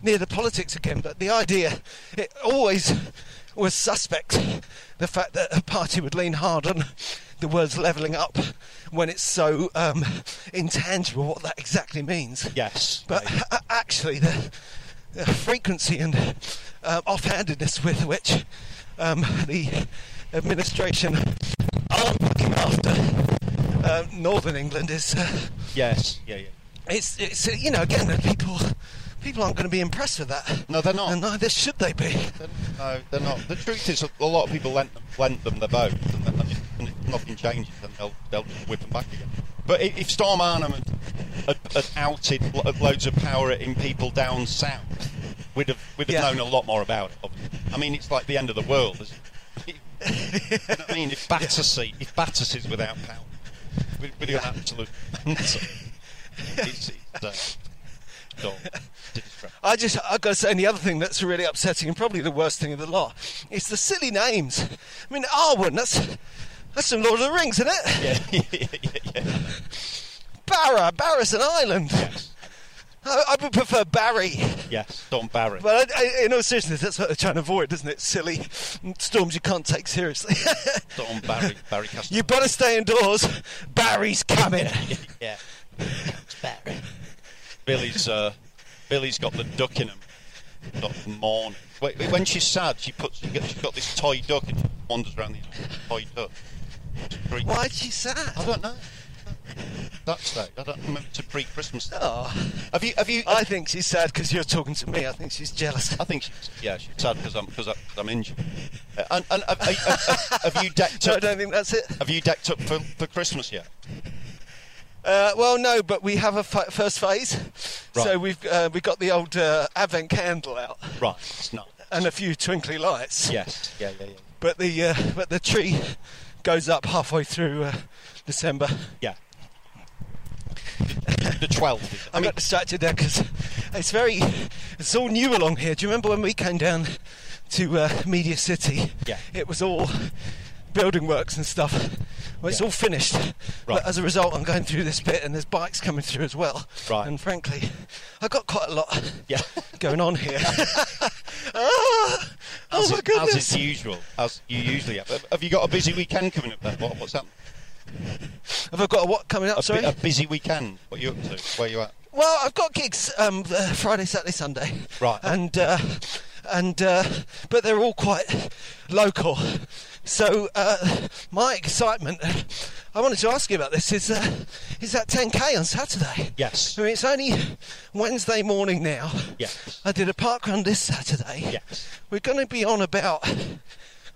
Speaker 1: near the politics again, but the idea it always was suspect. The fact that a party would lean hard on the words "levelling up" when it's so um, intangible, what that exactly means.
Speaker 2: Yes.
Speaker 1: But
Speaker 2: Right.
Speaker 1: a- actually, the, the frequency and uh, offhandedness with which um, the administration are looking after uh, Northern England is. Uh,
Speaker 2: Yes. Yeah. Yeah.
Speaker 1: it's, it's uh, you know, again, the people. People aren't going to be impressed with that.
Speaker 2: No, they're not.
Speaker 1: And neither should they be.
Speaker 2: They're- No, they're not. The truth is, a lot of people lent them, lent them their boat, and, then- and, if, and if nothing changes, then they'll, they'll just whip them back again. But if, if Storm Arnhem had, had, had outed lo- loads of power in people down south, we'd have, we'd have
Speaker 1: Yeah.
Speaker 2: known a lot more about it. obviously. I mean, it's like the end of the world. Isn't it? You know what I mean, if Battersea, if Battersea's without power, we'd, we'd have an absolute. answer. it's, it's, uh, Storm.
Speaker 1: I just, I've got to say, and the other thing that's really upsetting and probably the worst thing of the lot is the silly names. I mean, Arwen, that's, that's some Lord of the Rings, isn't it?
Speaker 2: Yeah, yeah, yeah, yeah.
Speaker 1: Barra, Barra's an island.
Speaker 2: Yes.
Speaker 1: I, I would prefer Barry.
Speaker 2: Yes, Storm Barrett.
Speaker 1: But I, I, in all seriousness, that's what they're trying to avoid, isn't it? Silly storms you can't take seriously.
Speaker 2: Storm Barry, Barry Castle.
Speaker 1: you better stay indoors. Barry's coming.
Speaker 2: yeah. Billy's uh, Billy's got the duck in him. Not mourn. Wait, wait, when she's sad, she puts she got- she's got this toy duck and wanders around the house. toy duck. Pre-
Speaker 1: Why'd she sad?
Speaker 2: I don't know. That's that. I don't remember to pre-Christmas.
Speaker 1: Oh,
Speaker 2: Have you? Have you?
Speaker 1: I think she's sad because you're talking to me. I think she's jealous.
Speaker 2: I think she's yeah. She's sad because I'm because I'm injured. Uh, and and have, have, have- have you decked
Speaker 1: So I
Speaker 2: up?
Speaker 1: don't think that's it.
Speaker 2: Have you decked up for, for Christmas yet?
Speaker 1: Uh, well, no, but we have a f- first phase. So
Speaker 2: Right.
Speaker 1: we've uh, we got the old uh, advent candle out
Speaker 2: Right. It's not.
Speaker 1: and a few twinkly lights.
Speaker 2: Yes. Yeah. Yeah. Yeah.
Speaker 1: But the uh, but the tree goes up halfway through uh, December.
Speaker 2: Yeah. The twelfth.
Speaker 1: I got distracted there because it's very it's all new along here. Do you remember when we came down to uh, Media City?
Speaker 2: Yeah.
Speaker 1: It was all building works and stuff. Well, it's
Speaker 2: Yeah.
Speaker 1: all finished.
Speaker 2: Right.
Speaker 1: But as a result, I'm going through this bit, and there's bikes coming through as well.
Speaker 2: Right.
Speaker 1: And frankly, I got quite a lot.
Speaker 2: Yeah.
Speaker 1: Going on here. Ah! oh
Speaker 2: as
Speaker 1: my
Speaker 2: it-
Speaker 1: goodness.
Speaker 2: As it's usual, as you usually have. Have- Have you got a busy weekend coming up? Then what, what's that?
Speaker 1: Have I got a what coming up?
Speaker 2: A, bu-
Speaker 1: Sorry.
Speaker 2: a busy weekend. What are you up to? Where you at?
Speaker 1: Well, I've got gigs um, uh, Friday, Saturday, Sunday.
Speaker 2: Right.
Speaker 1: And uh, and uh, but they're all quite local. So uh, my excitement, I wanted to ask you about this, is uh, is that 10k on Saturday?
Speaker 2: Yes.
Speaker 1: I mean, it's only Wednesday morning now.
Speaker 2: Yes.
Speaker 1: I did a park run this Saturday.
Speaker 2: Yes.
Speaker 1: We're going to be on about,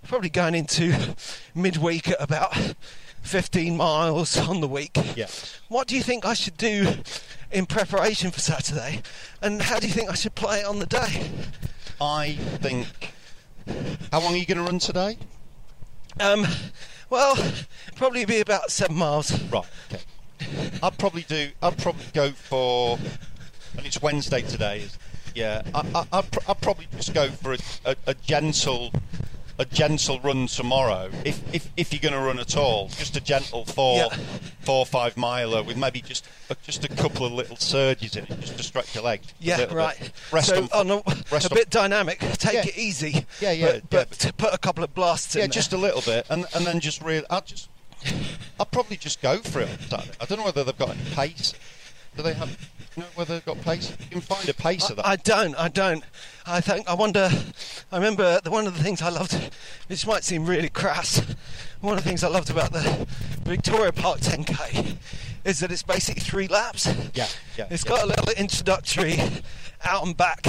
Speaker 1: probably going into midweek at about 15 miles on the week.
Speaker 2: Yes.
Speaker 1: What do you think I should do in preparation for Saturday? And how do you think I should play it on the day?
Speaker 2: I think. How long are you going to run today?
Speaker 1: Um, well, probably be about seven miles.
Speaker 2: Right. Okay. I'd probably do. I'd probably go for. And it's Wednesday today. is- Yeah. I, I, I'd, pr- I'd probably just go for a, a, a gentle, a gentle run tomorrow. If if, if you're going to run at all, just a gentle four,
Speaker 1: Yeah.
Speaker 2: four or five miler with maybe just a, just a couple of little surges in it, just to stretch your leg. a
Speaker 1: Yeah,
Speaker 2: little bit.
Speaker 1: right.
Speaker 2: Rest
Speaker 1: so
Speaker 2: on,
Speaker 1: a,
Speaker 2: rest
Speaker 1: a
Speaker 2: on-
Speaker 1: bit dynamic. Take
Speaker 2: Yeah.
Speaker 1: it easy.
Speaker 2: Yeah, yeah,
Speaker 1: But,
Speaker 2: yeah,
Speaker 1: but
Speaker 2: but-
Speaker 1: to put a couple of blasts in.
Speaker 2: Yeah,
Speaker 1: there.
Speaker 2: just a little bit, and and then just real. I'll just, I'll probably just go for it. on Saturday. I don't know whether they've got any pace. Do they have? You know whether they've got pace. You can find a pace of that.
Speaker 1: I, I don't. I don't. I think. I wonder. I remember the, one of the things I loved. This might seem really crass. One of the things I loved about the Victoria Park 10K is that it's basically three laps.
Speaker 2: Yeah, yeah,
Speaker 1: It's
Speaker 2: yeah.
Speaker 1: got a little introductory out and back.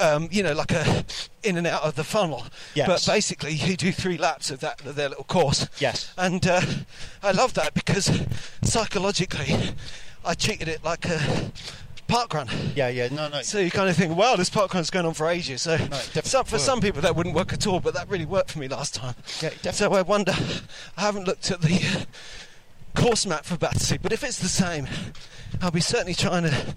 Speaker 1: Um, you know, like a in and out of the funnel.
Speaker 2: Yes.
Speaker 1: But basically, you do three laps of that of their little course.
Speaker 2: Yes.
Speaker 1: And uh, I love that because psychologically, I treated it like a park run.
Speaker 2: yeah, yeah. No, no.
Speaker 1: So you kind of think, wow, this park run's going on for ages. So
Speaker 2: definitely
Speaker 1: some, for
Speaker 2: worked.
Speaker 1: some people that wouldn't work at all, but that really worked for me last time.
Speaker 2: Yeah, it
Speaker 1: so
Speaker 2: definitely-
Speaker 1: I wonder, I haven't looked at the uh, course map for Battersea, but if it's the same, I'll be certainly trying to,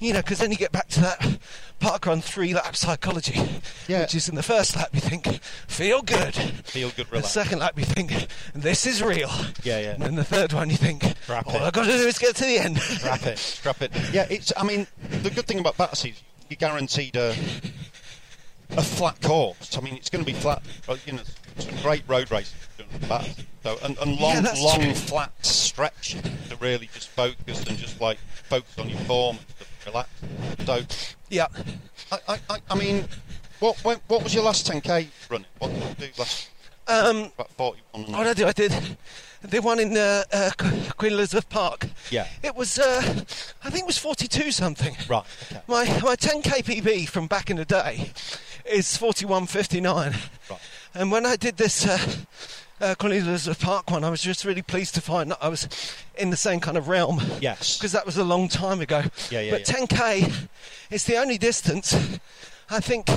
Speaker 1: you know, because then you get back to that park run three lap psychology,
Speaker 2: Yeah.
Speaker 1: which is in the first lap you think, feel good.
Speaker 2: Feel good,
Speaker 1: The
Speaker 2: relax.
Speaker 1: second lap you think, this is real.
Speaker 2: Yeah, yeah.
Speaker 1: And then the third one you think,
Speaker 2: Wrap
Speaker 1: all
Speaker 2: it.
Speaker 1: I've got to do is get to the end.
Speaker 2: Strap it. Strap it. Yeah, it's. I mean, the good thing about Battersea, is you're guaranteed a a flat course. I mean, it's going to be flat. uh, You know, some great road races doing at Battersea. So, and, and long,
Speaker 1: Yeah, that's
Speaker 2: long,
Speaker 1: true.
Speaker 2: flat stretch to really just focus and just like focus on your form, and stuff, relax. So
Speaker 1: yeah.
Speaker 2: I, I, I- I mean, what when, what was your last 10k run? What did you do last?
Speaker 1: Um,
Speaker 2: About 41.
Speaker 1: What I did, I did the one in uh, uh, Qu- Queen Elizabeth Park.
Speaker 2: Yeah.
Speaker 1: It was, uh, I think it was 42 something.
Speaker 2: Right, okay.
Speaker 1: My, my 10 kpb from back in the day is 41.59.
Speaker 2: Right.
Speaker 1: And when I did this uh, uh, Queen Elizabeth Park one, I was just really pleased to find that I was in the same kind of realm.
Speaker 2: Yes.
Speaker 1: Because that was a long time ago.
Speaker 2: Yeah, yeah,
Speaker 1: But
Speaker 2: yeah.
Speaker 1: 10k is the only distance I think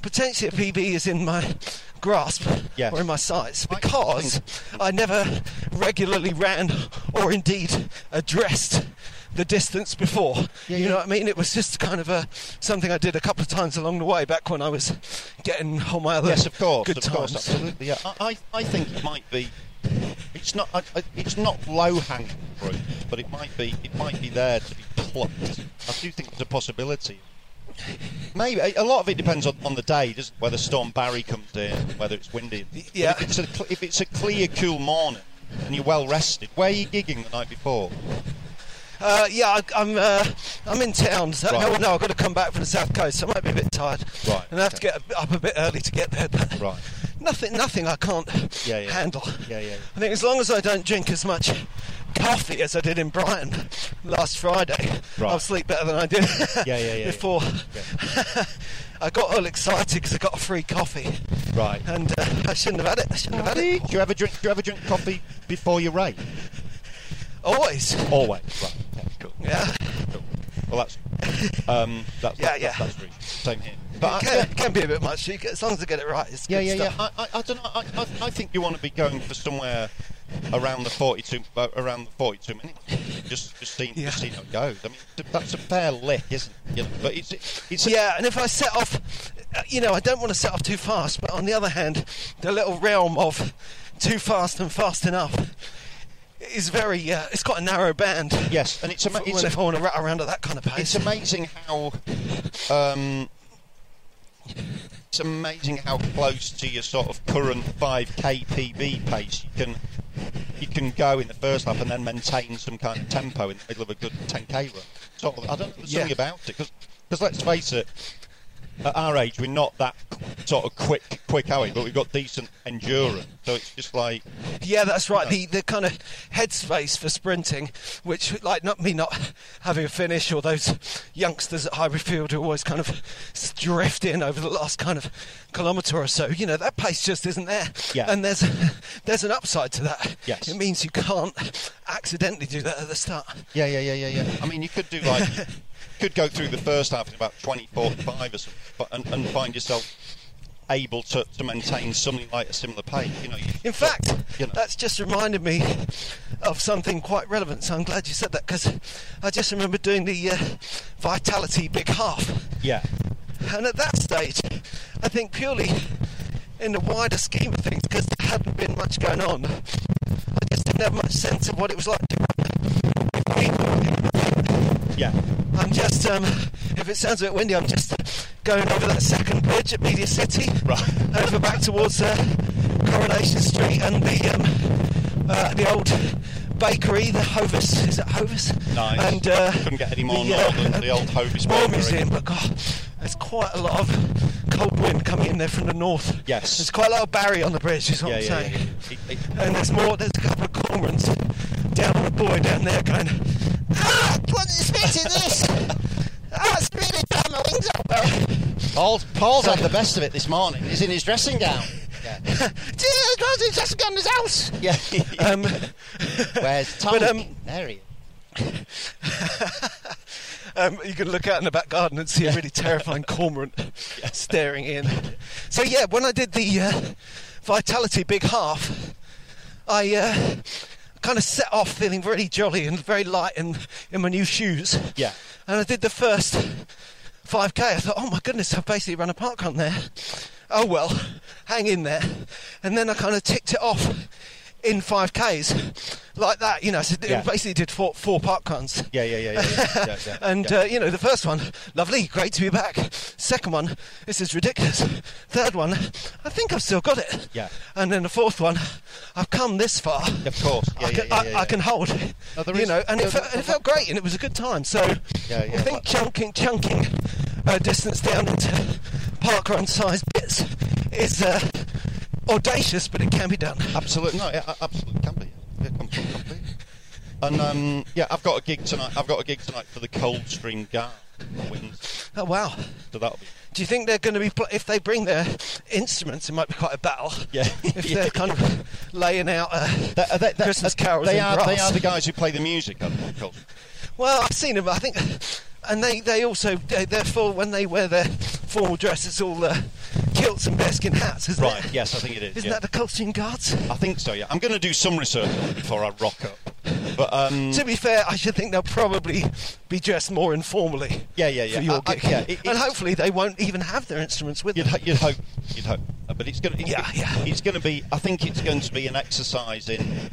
Speaker 1: potentially a PB is in my grasp
Speaker 2: Yes.
Speaker 1: or in my sights
Speaker 2: I-
Speaker 1: because I never regularly ran or indeed addressed the distance before. you know what I mean? It was just kind of a something I did a couple of times along the way back when I was getting all my other
Speaker 2: Yes, of course,
Speaker 1: good
Speaker 2: of
Speaker 1: times.
Speaker 2: course, absolutely. Yeah, I, I, I think it might be. It's not. I, I- it's not low hanging fruit, but it might be. It might be there to be plucked. I do think it's a possibility. Maybe a lot of it depends on, on the day, doesn't it? whether Storm Barry comes in, whether it's windy. But
Speaker 1: Yeah.
Speaker 2: If it's, a, cl- if it's a clear, cool morning and you're well rested, where are you gigging the night before?
Speaker 1: Uh, yeah, I, I'm uh, I'm in town. So
Speaker 2: Right.
Speaker 1: no, no, I've got to come back from the south coast. So I might be a bit tired.
Speaker 2: Right,
Speaker 1: and I have to
Speaker 2: okay.
Speaker 1: get up a bit early to get there. But
Speaker 2: Right.
Speaker 1: nothing, nothing I can't
Speaker 2: Yeah, yeah.
Speaker 1: handle.
Speaker 2: Yeah, yeah.
Speaker 1: I think as long as I don't drink as much coffee as I did in Brighton last Friday,
Speaker 2: Right.
Speaker 1: I'll sleep better than I did
Speaker 2: Yeah, yeah, yeah, yeah.
Speaker 1: before. I got all excited because I got a free coffee,
Speaker 2: Right.
Speaker 1: and uh, I shouldn't have had it. I shouldn't have
Speaker 2: Do
Speaker 1: had it.
Speaker 2: you ever drink? Do you ever drink coffee before you race?
Speaker 1: Always.
Speaker 2: Always. Right. Okay, cool.
Speaker 1: Yeah.
Speaker 2: Cool. Well, that's um, that's
Speaker 1: Yeah,
Speaker 2: that-
Speaker 1: yeah.
Speaker 2: that's really same here.
Speaker 1: it
Speaker 2: But I,
Speaker 1: can, it can be a bit much. You get- As long as I get it right, it's
Speaker 2: yeah,
Speaker 1: good
Speaker 2: yeah, yeah.
Speaker 1: stuff.
Speaker 2: I, I, I don't know. I, I, I think you want to be going for somewhere around the forty-two, uh, around the forty-two minutes. Just, just see,
Speaker 1: Yeah.
Speaker 2: just see how it goes. I mean, th- that's a fair lick, isn't it? You know, but it's, it's a-
Speaker 1: Yeah, and if I set off, uh, you know, I don't want to set off too fast, but on the other hand, the little realm of too fast and fast enough is very, uh, it's got a narrow band.
Speaker 2: yes, and it's a, ma-
Speaker 1: When
Speaker 2: it's a
Speaker 1: if I want to rat around at that kind of
Speaker 2: it's
Speaker 1: pace.
Speaker 2: amazing how um, it's amazing how close to your sort of current 5k PB pace you can you can go in the first lap and then maintain some kind of tempo in the middle of a good 10k run. Sort of, I don't know there's something
Speaker 1: Yeah.
Speaker 2: about it because let's face it, at our age, we're not that qu- sort of quick, quick at it, but we've got decent endurance. So it's just like
Speaker 1: Yeah, that's right. The the kind of headspace for sprinting, which like not me not having a finish, or those youngsters at Highbury Field who always kind of drift in over the last kind of kilometre or so. You know that pace just isn't there.
Speaker 2: Yeah.
Speaker 1: And there's there's an upside to that.
Speaker 2: Yes.
Speaker 1: It means you can't accidentally do that at the start.
Speaker 2: Yeah, yeah, yeah, yeah, yeah. I mean, you could do like, could go through the first half in about 24, 5 or something, but, and, and find yourself able to, to maintain something like a similar pace. You know, you,
Speaker 1: In fact,
Speaker 2: you know.
Speaker 1: that's just reminded me of something quite relevant. So I'm glad you said that because I just remember doing the uh, vitality big half.
Speaker 2: yeah,
Speaker 1: And at that stage, I think purely in the wider scheme of things, because there hadn't been much going on, I just didn't have much sense of what it was like to
Speaker 2: yeah,
Speaker 1: I'm just, um, if it sounds a bit windy, I'm just going over that second bridge at Media City,
Speaker 2: Right.
Speaker 1: over back towards uh, Coronation Street and the um, uh, the old bakery, the Hovis. Is it Hovis?
Speaker 2: nice.
Speaker 1: And uh,
Speaker 2: couldn't get any more
Speaker 1: the,
Speaker 2: normal
Speaker 1: uh,
Speaker 2: than the old Hovis
Speaker 1: War
Speaker 2: Bakery.
Speaker 1: Museum, but God, there's quite a lot of cold wind coming in there from the north.
Speaker 2: Yes.
Speaker 1: There's quite a lot of barrier on the bridge, is what
Speaker 2: Yeah,
Speaker 1: I'm
Speaker 2: yeah,
Speaker 1: saying.
Speaker 2: yeah. It- it-
Speaker 1: And there's more, there's a couple of cormorants down on the boy down there going, Ah, what is it in this? Ah, it's really done my wings up.
Speaker 3: Paul's, Paul's had the best of it this morning. He's in his dressing gown. Yeah.
Speaker 1: Jesus Christ, he's just gone to his house.
Speaker 3: yeah.
Speaker 1: Um,
Speaker 3: Where's Tom?
Speaker 1: But, um,
Speaker 3: there he is.
Speaker 1: um, you can look out in the back garden and see a really terrifying cormorant staring in. So yeah, when I did the uh, vitality big half, I uh, kind of set off feeling very jolly and very light in in my new shoes.
Speaker 2: Yeah.
Speaker 1: and I did the first 5k. I thought, oh my goodness, I've basically run a park hunt there. Oh well, hang in there. And then I kind of ticked it off in 5k's like that. You know, so
Speaker 2: Yeah.
Speaker 1: I basically did four four park hunts.
Speaker 2: Yeah, yeah, yeah, yeah, yeah, yeah, yeah.
Speaker 1: And
Speaker 2: yeah.
Speaker 1: uh, you know, the first one, lovely, great to be back. Second one, this is ridiculous. Third one, I think I've still got it.
Speaker 2: Yeah.
Speaker 1: And then the fourth one, I've come this far.
Speaker 2: of course, yeah,
Speaker 1: I,
Speaker 2: yeah,
Speaker 1: can,
Speaker 2: yeah,
Speaker 1: I,
Speaker 2: yeah,
Speaker 1: I can hold it,
Speaker 2: No, there
Speaker 1: you
Speaker 2: is-
Speaker 1: know, and
Speaker 2: no,
Speaker 1: it, felt,
Speaker 2: no,
Speaker 1: it felt great, and it was a good time. So
Speaker 2: Yeah, yeah.
Speaker 1: I think chunking, chunking uh, distance down into park run size bits is uh, audacious, but it can be done.
Speaker 2: Absolutely, no, yeah, a- absolutely can be. Yeah, can, can be. And um, yeah, I've got a gig tonight. I've got a gig tonight for the Coldstream Guard. Wins,
Speaker 1: Oh wow!
Speaker 2: so that'll be
Speaker 1: Do you think they're going to be pl- if they bring their instruments? It might be quite a battle.
Speaker 2: Yeah.
Speaker 1: If
Speaker 2: Yeah.
Speaker 1: they're kind of laying out uh,
Speaker 2: They- they- they-
Speaker 1: Christmas carols
Speaker 2: They
Speaker 1: in
Speaker 2: are,
Speaker 1: grass.
Speaker 2: they are the guys who play the music. aren't they, Colton?
Speaker 1: Well, I've seen them. I think, and they they also they, they're full when they wear their formal dress. It's all uh, kilts and bearskin hats, isn't
Speaker 2: Right,
Speaker 1: it?
Speaker 2: yes, I think it is,
Speaker 1: Isn't
Speaker 2: yeah. Mm.
Speaker 1: that the Coldstream Guards?
Speaker 2: I think so. Yeah, I'm going to do some research on it before I rock up. But um,
Speaker 1: To be fair, I should think they'll probably be dressed more informally.
Speaker 2: Yeah, yeah, yeah.
Speaker 1: For your
Speaker 2: I- I-
Speaker 1: gig.
Speaker 2: yeah, it-
Speaker 1: and
Speaker 2: it's-
Speaker 1: hopefully they won't even have their instruments with
Speaker 2: you'd,
Speaker 1: them.
Speaker 2: ho- you'd hope, you'd hope. Uh, But it's going to,
Speaker 1: Yeah, yeah.
Speaker 2: it's going to be. I think it's going to be an exercise in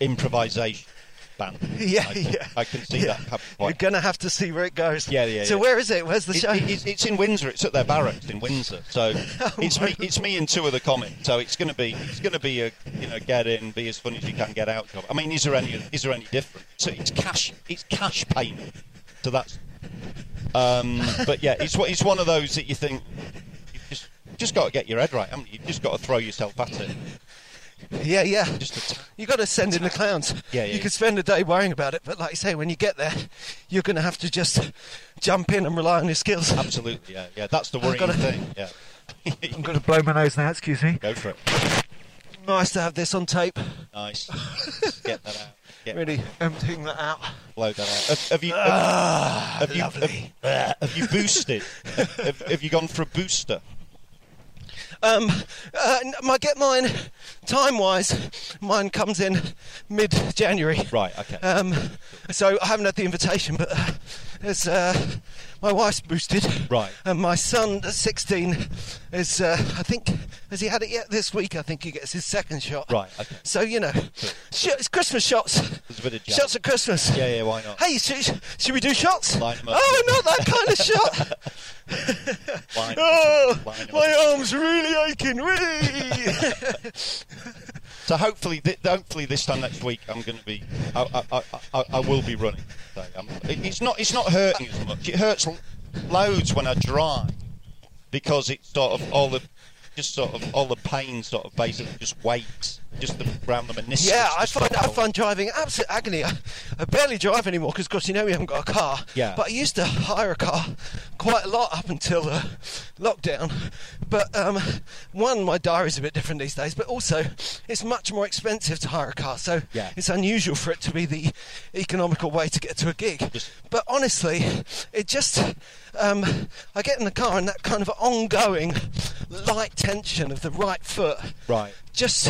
Speaker 2: improvisation. Band.
Speaker 1: yeah,
Speaker 2: I,
Speaker 1: yeah.
Speaker 2: I can see
Speaker 1: yeah.
Speaker 2: that. happening.
Speaker 1: You're gonna have to see where it goes.
Speaker 2: Yeah, yeah,
Speaker 1: So
Speaker 2: yeah.
Speaker 1: where is it? Where's the
Speaker 2: It-
Speaker 1: show?
Speaker 2: it- it's, it's in Windsor. It's at their barracks in Windsor. So it's me, it's me and two of the comics. So it's going to be it's going to be a you know get in, be as funny as you can, get out job. I mean, is there any is there any different? So it's cash it's cash payment. So that's um, but yeah, it's one- it's one of those that you think you just just got to get your head right, haven't you? You've just got to throw yourself at it.
Speaker 1: yeah, yeah.
Speaker 2: Just attack.
Speaker 1: You got to send in the clowns.
Speaker 2: Yeah, yeah,
Speaker 1: You
Speaker 2: yeah.
Speaker 1: could spend a day worrying about it, but like you say, when you get there, you're going to have to just jump in and rely on your skills.
Speaker 2: Absolutely, yeah, yeah. That's the worrying
Speaker 1: gotta-
Speaker 2: thing. Yeah,
Speaker 4: I'm going to blow my nose now, excuse me.
Speaker 2: go for it.
Speaker 1: Nice to have this on tape.
Speaker 2: Nice. get that out. Get
Speaker 1: Really emptying that out.
Speaker 2: blow that out. Have, have you? Have, have you,
Speaker 1: Ah, lovely.
Speaker 2: Have, have you boosted? have, have you gone for a booster?
Speaker 1: Um, uh, n- my get mine time wise, mine comes in mid January.
Speaker 2: Right. Okay.
Speaker 1: Um, so I haven't had the invitation, but uh, there's uh, my wife's boosted.
Speaker 2: Right.
Speaker 1: And my son, at 16, is uh, I think has he had it yet this week? I think he gets his second shot.
Speaker 2: Right, okay.
Speaker 1: So you know, sh- it's Christmas shots.
Speaker 2: There's a bit of jam.
Speaker 1: shots at Christmas.
Speaker 2: Yeah, yeah, why not?
Speaker 1: Hey, should, should we do shots?
Speaker 2: Line 'em up.
Speaker 1: oh, not that kind of shot.
Speaker 2: Line 'em
Speaker 1: oh,
Speaker 2: up, line 'em up.
Speaker 1: my arm's really aching. Wee.
Speaker 2: So hopefully, th- hopefully this time next week, I'm going to be, I, I, I, I, I will be running. So I'm, it- it's not, it's not hurting as much. It hurts l- loads when I drive. because it's sort of all the just sort of all the pain sort of basically just weights just the, around the meniscus.
Speaker 1: Yeah, I
Speaker 2: just
Speaker 1: find
Speaker 2: sort
Speaker 1: I
Speaker 2: of-
Speaker 1: find driving absolute agony. I, I barely drive anymore because, of course, you know we haven't got a car.
Speaker 2: Yeah.
Speaker 1: But I used to hire a car quite a lot up until uh, lockdown. But um, one, my diary's a bit different these days. But also, it's much more expensive to hire a car, so
Speaker 2: Yeah.
Speaker 1: it's unusual for it to be the economical way to get to a gig.
Speaker 2: Just-
Speaker 1: But honestly, it just um, I get in the car and that kind of ongoing light tension of the right foot
Speaker 2: Right.
Speaker 1: just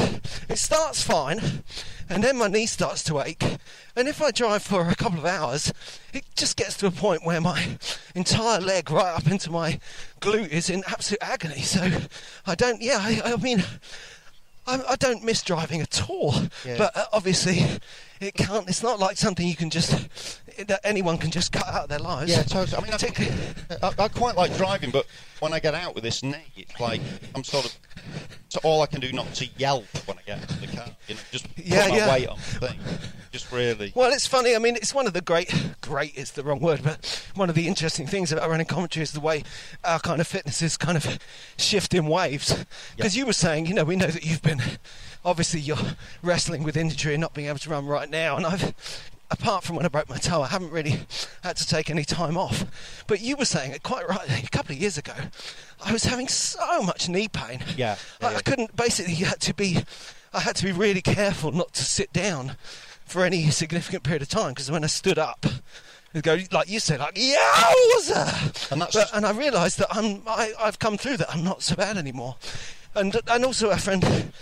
Speaker 1: it starts fine and then my knee starts to ache and if i drive for a couple of hours it just gets to a point where my entire leg right up into my glute is in absolute agony so i don't yeah i, I mean I, I don't miss driving at all but uh, obviously it can't it's not like something you can just that anyone can just cut out of their lives
Speaker 2: Yeah, totally. I mean,
Speaker 1: Particularly-
Speaker 2: I, I quite like driving, but when I get out with this knee, it's like I'm sort of. So all I can do not to yelp when I get out of the car, you know, just put
Speaker 1: Yeah,
Speaker 2: my
Speaker 1: yeah.
Speaker 2: weight on the thing, just really.
Speaker 1: Well, it's funny. I mean, it's one of the great, great is the wrong word, but one of the interesting things about running commentary is the way our kind of fitness is kind of shift in waves. Because you were saying, you know, we know that you've been, obviously, you're wrestling with injury and not being able to run right now. And I've, apart from when I broke my toe, I haven't really had to take any time off. But you were saying it quite right a couple of years ago. I was having so much knee pain.
Speaker 2: Yeah.
Speaker 1: I,
Speaker 2: Yeah,
Speaker 1: I
Speaker 2: yeah.
Speaker 1: couldn't. Basically, you had to be. I had to be really careful not to sit down for any significant period of time because when I stood up, it go like you said, like yowza,
Speaker 2: And that's
Speaker 1: But-
Speaker 2: just-
Speaker 1: and I realised that I'm I, I've come through that I'm not so bad anymore, and and also our friend,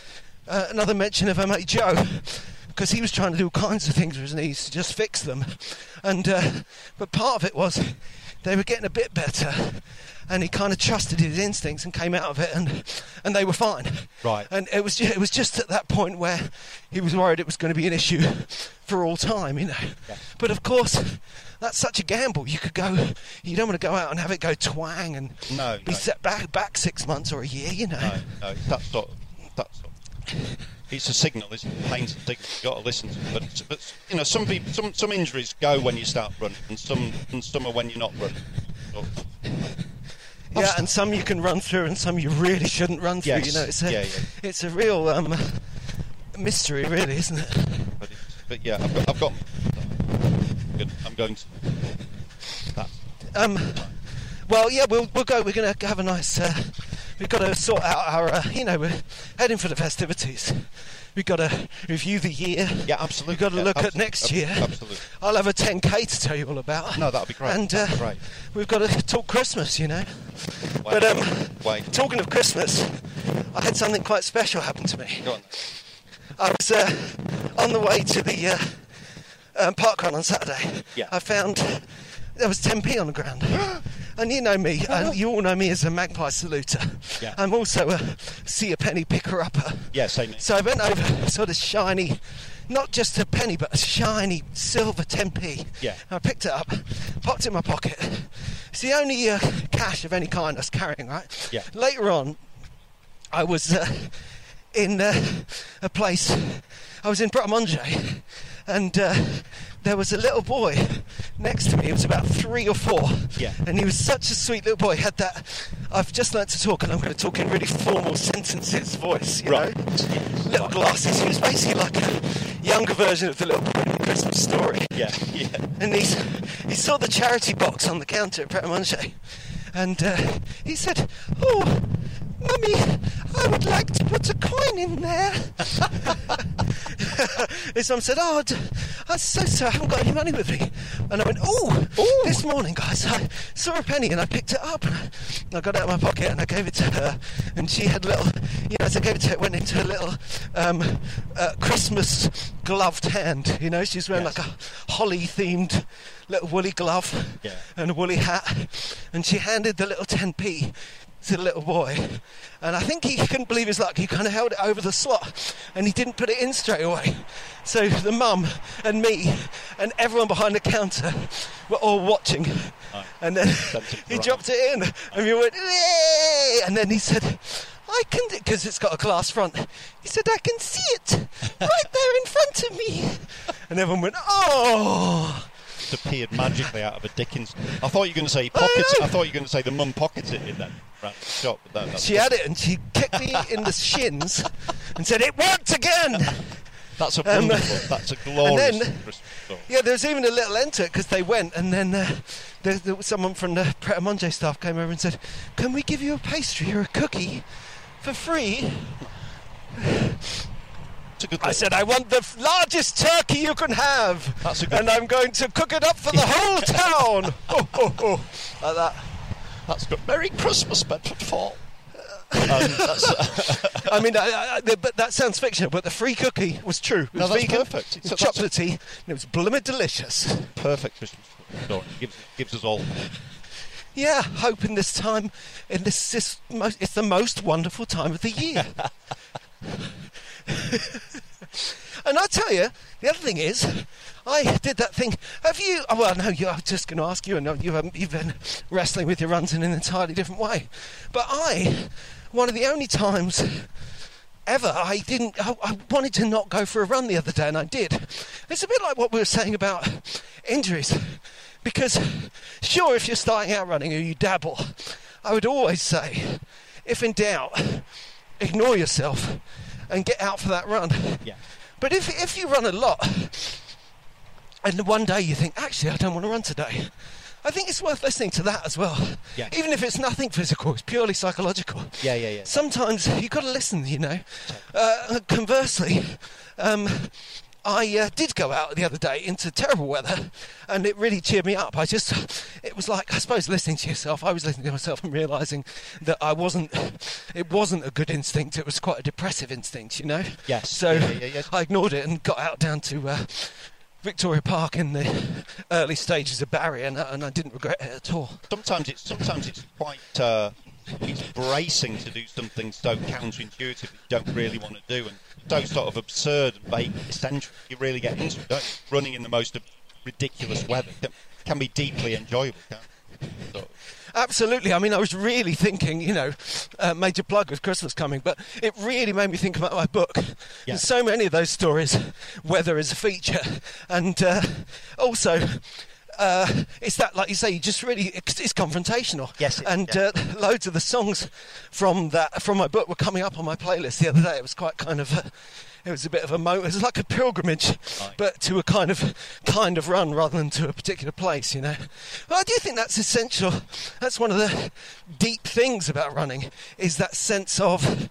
Speaker 1: uh, another mention of our mate Joe. Because he was trying to do all kinds of things with his knees to just fix them, and uh, but part of it was they were getting a bit better, and he kind of trusted his instincts and came out of it, and and they were fine.
Speaker 2: Right.
Speaker 1: And it was ju- it was just at that point where he was worried it was going to be an issue for all time, you know. But of course, that's such a gamble. You could go. You don't want to go out and have it go twang and
Speaker 2: No,
Speaker 1: be
Speaker 2: no.
Speaker 1: set back back six months or a year, you know.
Speaker 2: No, no, it's that sort. Of, that sort. of- It's a signal. It's a pain's a signal. You've got to listen. To it. But, but you know, some people, some some injuries go when you start running, and some and some are when you're not running. So-
Speaker 1: Yeah, and some you can run through, and some you really shouldn't run through. You
Speaker 2: Yes.
Speaker 1: know, it's a
Speaker 2: Yeah, yeah.
Speaker 1: it's a real um, mystery, really, isn't it?
Speaker 2: But, it's, but yeah, I've got. I've got good, I'm going to. That.
Speaker 1: Um, well, yeah, we'll we'll go. We're gonna have a nice. Uh, we've got to sort out our. Uh, you know, we're heading for the festivities. We've got to review the year.
Speaker 2: Yeah, absolutely.
Speaker 1: We've got to
Speaker 2: Yeah,
Speaker 1: look at
Speaker 2: absolutely.
Speaker 1: next year.
Speaker 2: Ab- absolutely.
Speaker 1: I'll have a 10k to tell you all about.
Speaker 2: No, that'd be great.
Speaker 1: And uh,
Speaker 2: That'd be great.
Speaker 1: we've got to talk Christmas, you know. But um,
Speaker 2: wait.
Speaker 1: talking of Christmas, I had something quite special happen to me.
Speaker 2: Go on.
Speaker 1: I was uh, on the way to the uh, um, park run on Saturday.
Speaker 2: Yeah.
Speaker 1: I found there was 10p on the ground. And you know me, and you all know me as a magpie saluter.
Speaker 2: Yeah.
Speaker 1: I'm also a see a penny picker upper.
Speaker 2: Yeah, same.
Speaker 1: So I went over sort of shiny, not just a penny, but a shiny silver 10p.
Speaker 2: Yeah.
Speaker 1: I picked it up, popped it in my pocket. It's the only uh, cash of any kind I was carrying, right?
Speaker 2: Yeah.
Speaker 1: Later on, I was uh, in uh, a place. I was in Bramonje, and uh, there was a little boy next to me. He was about three or four.
Speaker 2: Yeah.
Speaker 1: And he was such a sweet little boy. He had that. I've just learnt to talk, and I'm going to talk in really formal sentences voice. You
Speaker 2: Right.
Speaker 1: Know? Little glasses. He was basically like a younger version of the little boy in the Christmas story.
Speaker 2: Yeah, yeah.
Speaker 1: And he's, he saw the charity box on the counter at Pret a Manger, and uh, he said, "Oh, mummy, I would like to put a coin in there." His mum said, "Oh, d- I'm so sorry, I haven't got any money with me." And I went, "Oh, this morning, guys, I saw a penny and I picked it up. And I got it out of my pocket and I gave it to her, and she had little, you know, as I gave it to her, it went into a little um, uh, Christmas gloved hand. You know, she's wearing
Speaker 2: Yes.
Speaker 1: like a holly-themed little woolly glove
Speaker 2: Yeah.
Speaker 1: and a woolly hat, and she handed the little 10p to the little boy. And I think he couldn't believe his luck. He kind of held it over the slot, and he didn't put it in straight away. So the mum and me and everyone behind the counter were all watching. And then he
Speaker 2: right.
Speaker 1: dropped it in, and we went, "Yay!" and then he said, "I can," because it's got a glass front. He said, "I can see it right there in front of me," and everyone went, "Oh!"
Speaker 2: Just appeared magically out of a Dickens. I thought you were going to say pockets.
Speaker 1: know.
Speaker 2: I thought you were going to say the mum pockets it in then. round the shop. But no, that's
Speaker 1: She had it and she kicked me in the shins and said, It worked again!
Speaker 2: That's a
Speaker 1: Um,
Speaker 2: wonderful. that's a glorious.
Speaker 1: and then-
Speaker 2: Christmas song.
Speaker 1: Yeah, there was even a little enter because they went and then uh, there, there was someone from the Pret a Manger staff came over and said, Can we give you a pastry or a cookie for free?
Speaker 2: That's a good.
Speaker 1: I said, I want the f- largest turkey you can have.
Speaker 2: That's a good-
Speaker 1: and I'm going to cook it up for the whole town. Ho, ho, ho. "Oh, Like that.
Speaker 2: That's good. Merry Christmas, Bedford Fall.
Speaker 1: I mean, I, I, I, the- but that sounds fictional, but the free cookie was true. It was
Speaker 2: No, that's
Speaker 1: vegan,
Speaker 2: perfect.
Speaker 1: It was
Speaker 2: So that's-
Speaker 1: chocolatey, and it was blooming delicious.
Speaker 2: Perfect Christmas story. Gives, gives us all.
Speaker 1: Yeah, hoping this time, in this, this most, it's the most wonderful time of the year. and I tell you, the other thing is, I did that thing. Have you? Oh, well, no, you, I was just going to ask you, and you haven't, you've been wrestling with your runs in an entirely different way. But I, one of the only times ever. I didn't. I, I wanted to not go for a run the other day, and I did. It's a bit like what we were saying about injuries, because sure, if you're starting out running or you dabble, I would always say, if in doubt, ignore yourself and get out for that run.
Speaker 2: Yeah.
Speaker 1: But if if you run a lot, and one day you think, actually, I don't want to run today. I think it's worth listening to that as well.
Speaker 2: Yeah.
Speaker 1: Even if it's nothing physical, it's purely psychological
Speaker 2: Yeah, yeah, yeah.
Speaker 1: sometimes you've got to listen, you know. Uh, conversely, um, I uh, did go out the other day into terrible weather and it really cheered me up. I just, it was like, I suppose, listening to yourself. I was listening to myself and realizing that I wasn't, it wasn't a good instinct. It was quite a depressive instinct, you know.
Speaker 2: Yes.
Speaker 1: So
Speaker 2: Yeah, yeah, yeah.
Speaker 1: I ignored it and got out down to uh, Victoria Park in the early stages of Barry and, uh, and I didn't regret it at all.
Speaker 2: Sometimes it's sometimes it's quite uh, it's bracing to do something so counterintuitive that you don't really want to do, and so sort of absurd and vague eccentric. You really get into it, don't you? Running in the most ridiculous weather can, can be deeply enjoyable. Can't it? Sort of.
Speaker 1: Absolutely. I mean, I was really thinking, you know, uh, major plug with Christmas coming, but it really made me think about my book.
Speaker 2: Yeah.
Speaker 1: And so many of those stories, weather is a feature. And uh, also, uh, it's that, like you say, you just really, it's, it's confrontational.
Speaker 2: Yes, it-
Speaker 1: and
Speaker 2: yeah.
Speaker 1: uh, loads of the songs from that from my book were coming up on my playlist the other day. It was quite kind of. A, it was a bit of a moment. It was like a pilgrimage, but to a kind of kind of run rather than to a particular place, you know. Well, I do think that's essential. That's one of the deep things about running is that sense of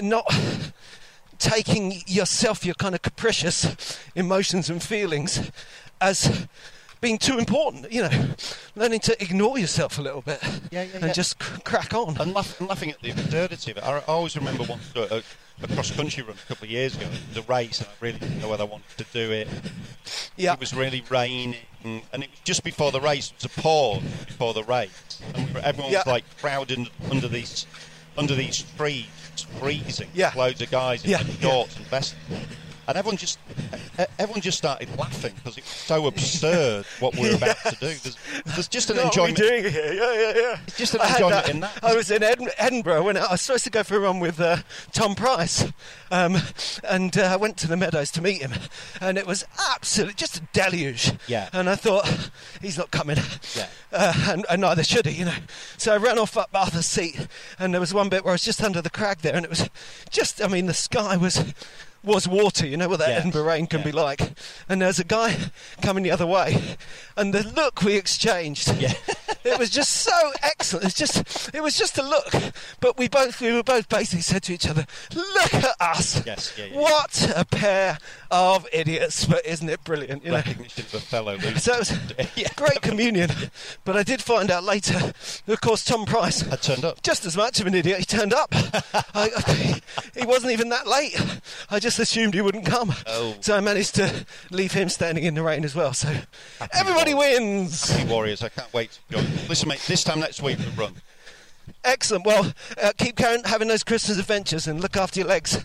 Speaker 1: not taking yourself, your kind of capricious emotions and feelings, as being too important. You know, learning to ignore yourself a little bit
Speaker 2: Yeah, yeah,
Speaker 1: and
Speaker 2: yeah.
Speaker 1: just cr- crack on.
Speaker 2: and, laugh, and laughing at the absurdity of it. I, I always remember once doing a, a cross country run a couple of years ago, the race, and I really didn't know whether I wanted to do it.
Speaker 1: yeah,
Speaker 2: It was really raining, and it was just before the race. It was a pause before the race, and we were- everyone was
Speaker 1: Yeah.
Speaker 2: like crowded un- under these under these trees, it's freezing.
Speaker 1: Yeah.
Speaker 2: loads of guys in
Speaker 1: Yeah,
Speaker 2: their shorts and vests, and everyone just e- everyone just started laughing because it was so absurd what we're about to do. There's, there's just an
Speaker 1: What are we
Speaker 2: enjoyment.
Speaker 1: doing here? Yeah, yeah, yeah.
Speaker 2: It's just an
Speaker 1: I had
Speaker 2: enjoyment in that.
Speaker 1: I was in Edin- Edinburgh when I was supposed to go for a run with uh, Tom Price, um, and uh, I went to the meadows to meet him, and it was absolute just a deluge.
Speaker 2: Yeah.
Speaker 1: And I thought he's not coming.
Speaker 2: Yeah.
Speaker 1: Uh, and, and neither should he, you know. So I ran off up Arthur's seat, and there was one bit where I was just under the crag there, and it was just. I mean, the sky was. Was water, you know what that
Speaker 2: Yes.
Speaker 1: Edinburgh rain can be like, and there's a guy coming the other way, and the look we exchanged, it was just so excellent. It's just, it was just a look. But we both, we were both basically said to each other, "Look at us!
Speaker 2: Yes, yeah, yeah, yeah.
Speaker 1: what a pair of idiots!" But isn't it brilliant? You know.
Speaker 2: Recognition of a fellow loser.
Speaker 1: So it was
Speaker 2: Yeah.
Speaker 1: great communion. But I did find out later, that, of course, Tom Price
Speaker 2: I turned up.
Speaker 1: just as much of an idiot. He turned up. I, I, he wasn't even that late. I just assumed he wouldn't come.
Speaker 2: Oh.
Speaker 1: So I managed to leave him standing in the rain as well. So everybody wins.
Speaker 2: Happy Warriors, I can't wait to join. Listen, mate, this time next week we run.
Speaker 1: Excellent. Well, uh, keep going, having those Christmas adventures and look after your legs.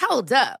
Speaker 5: Hold up.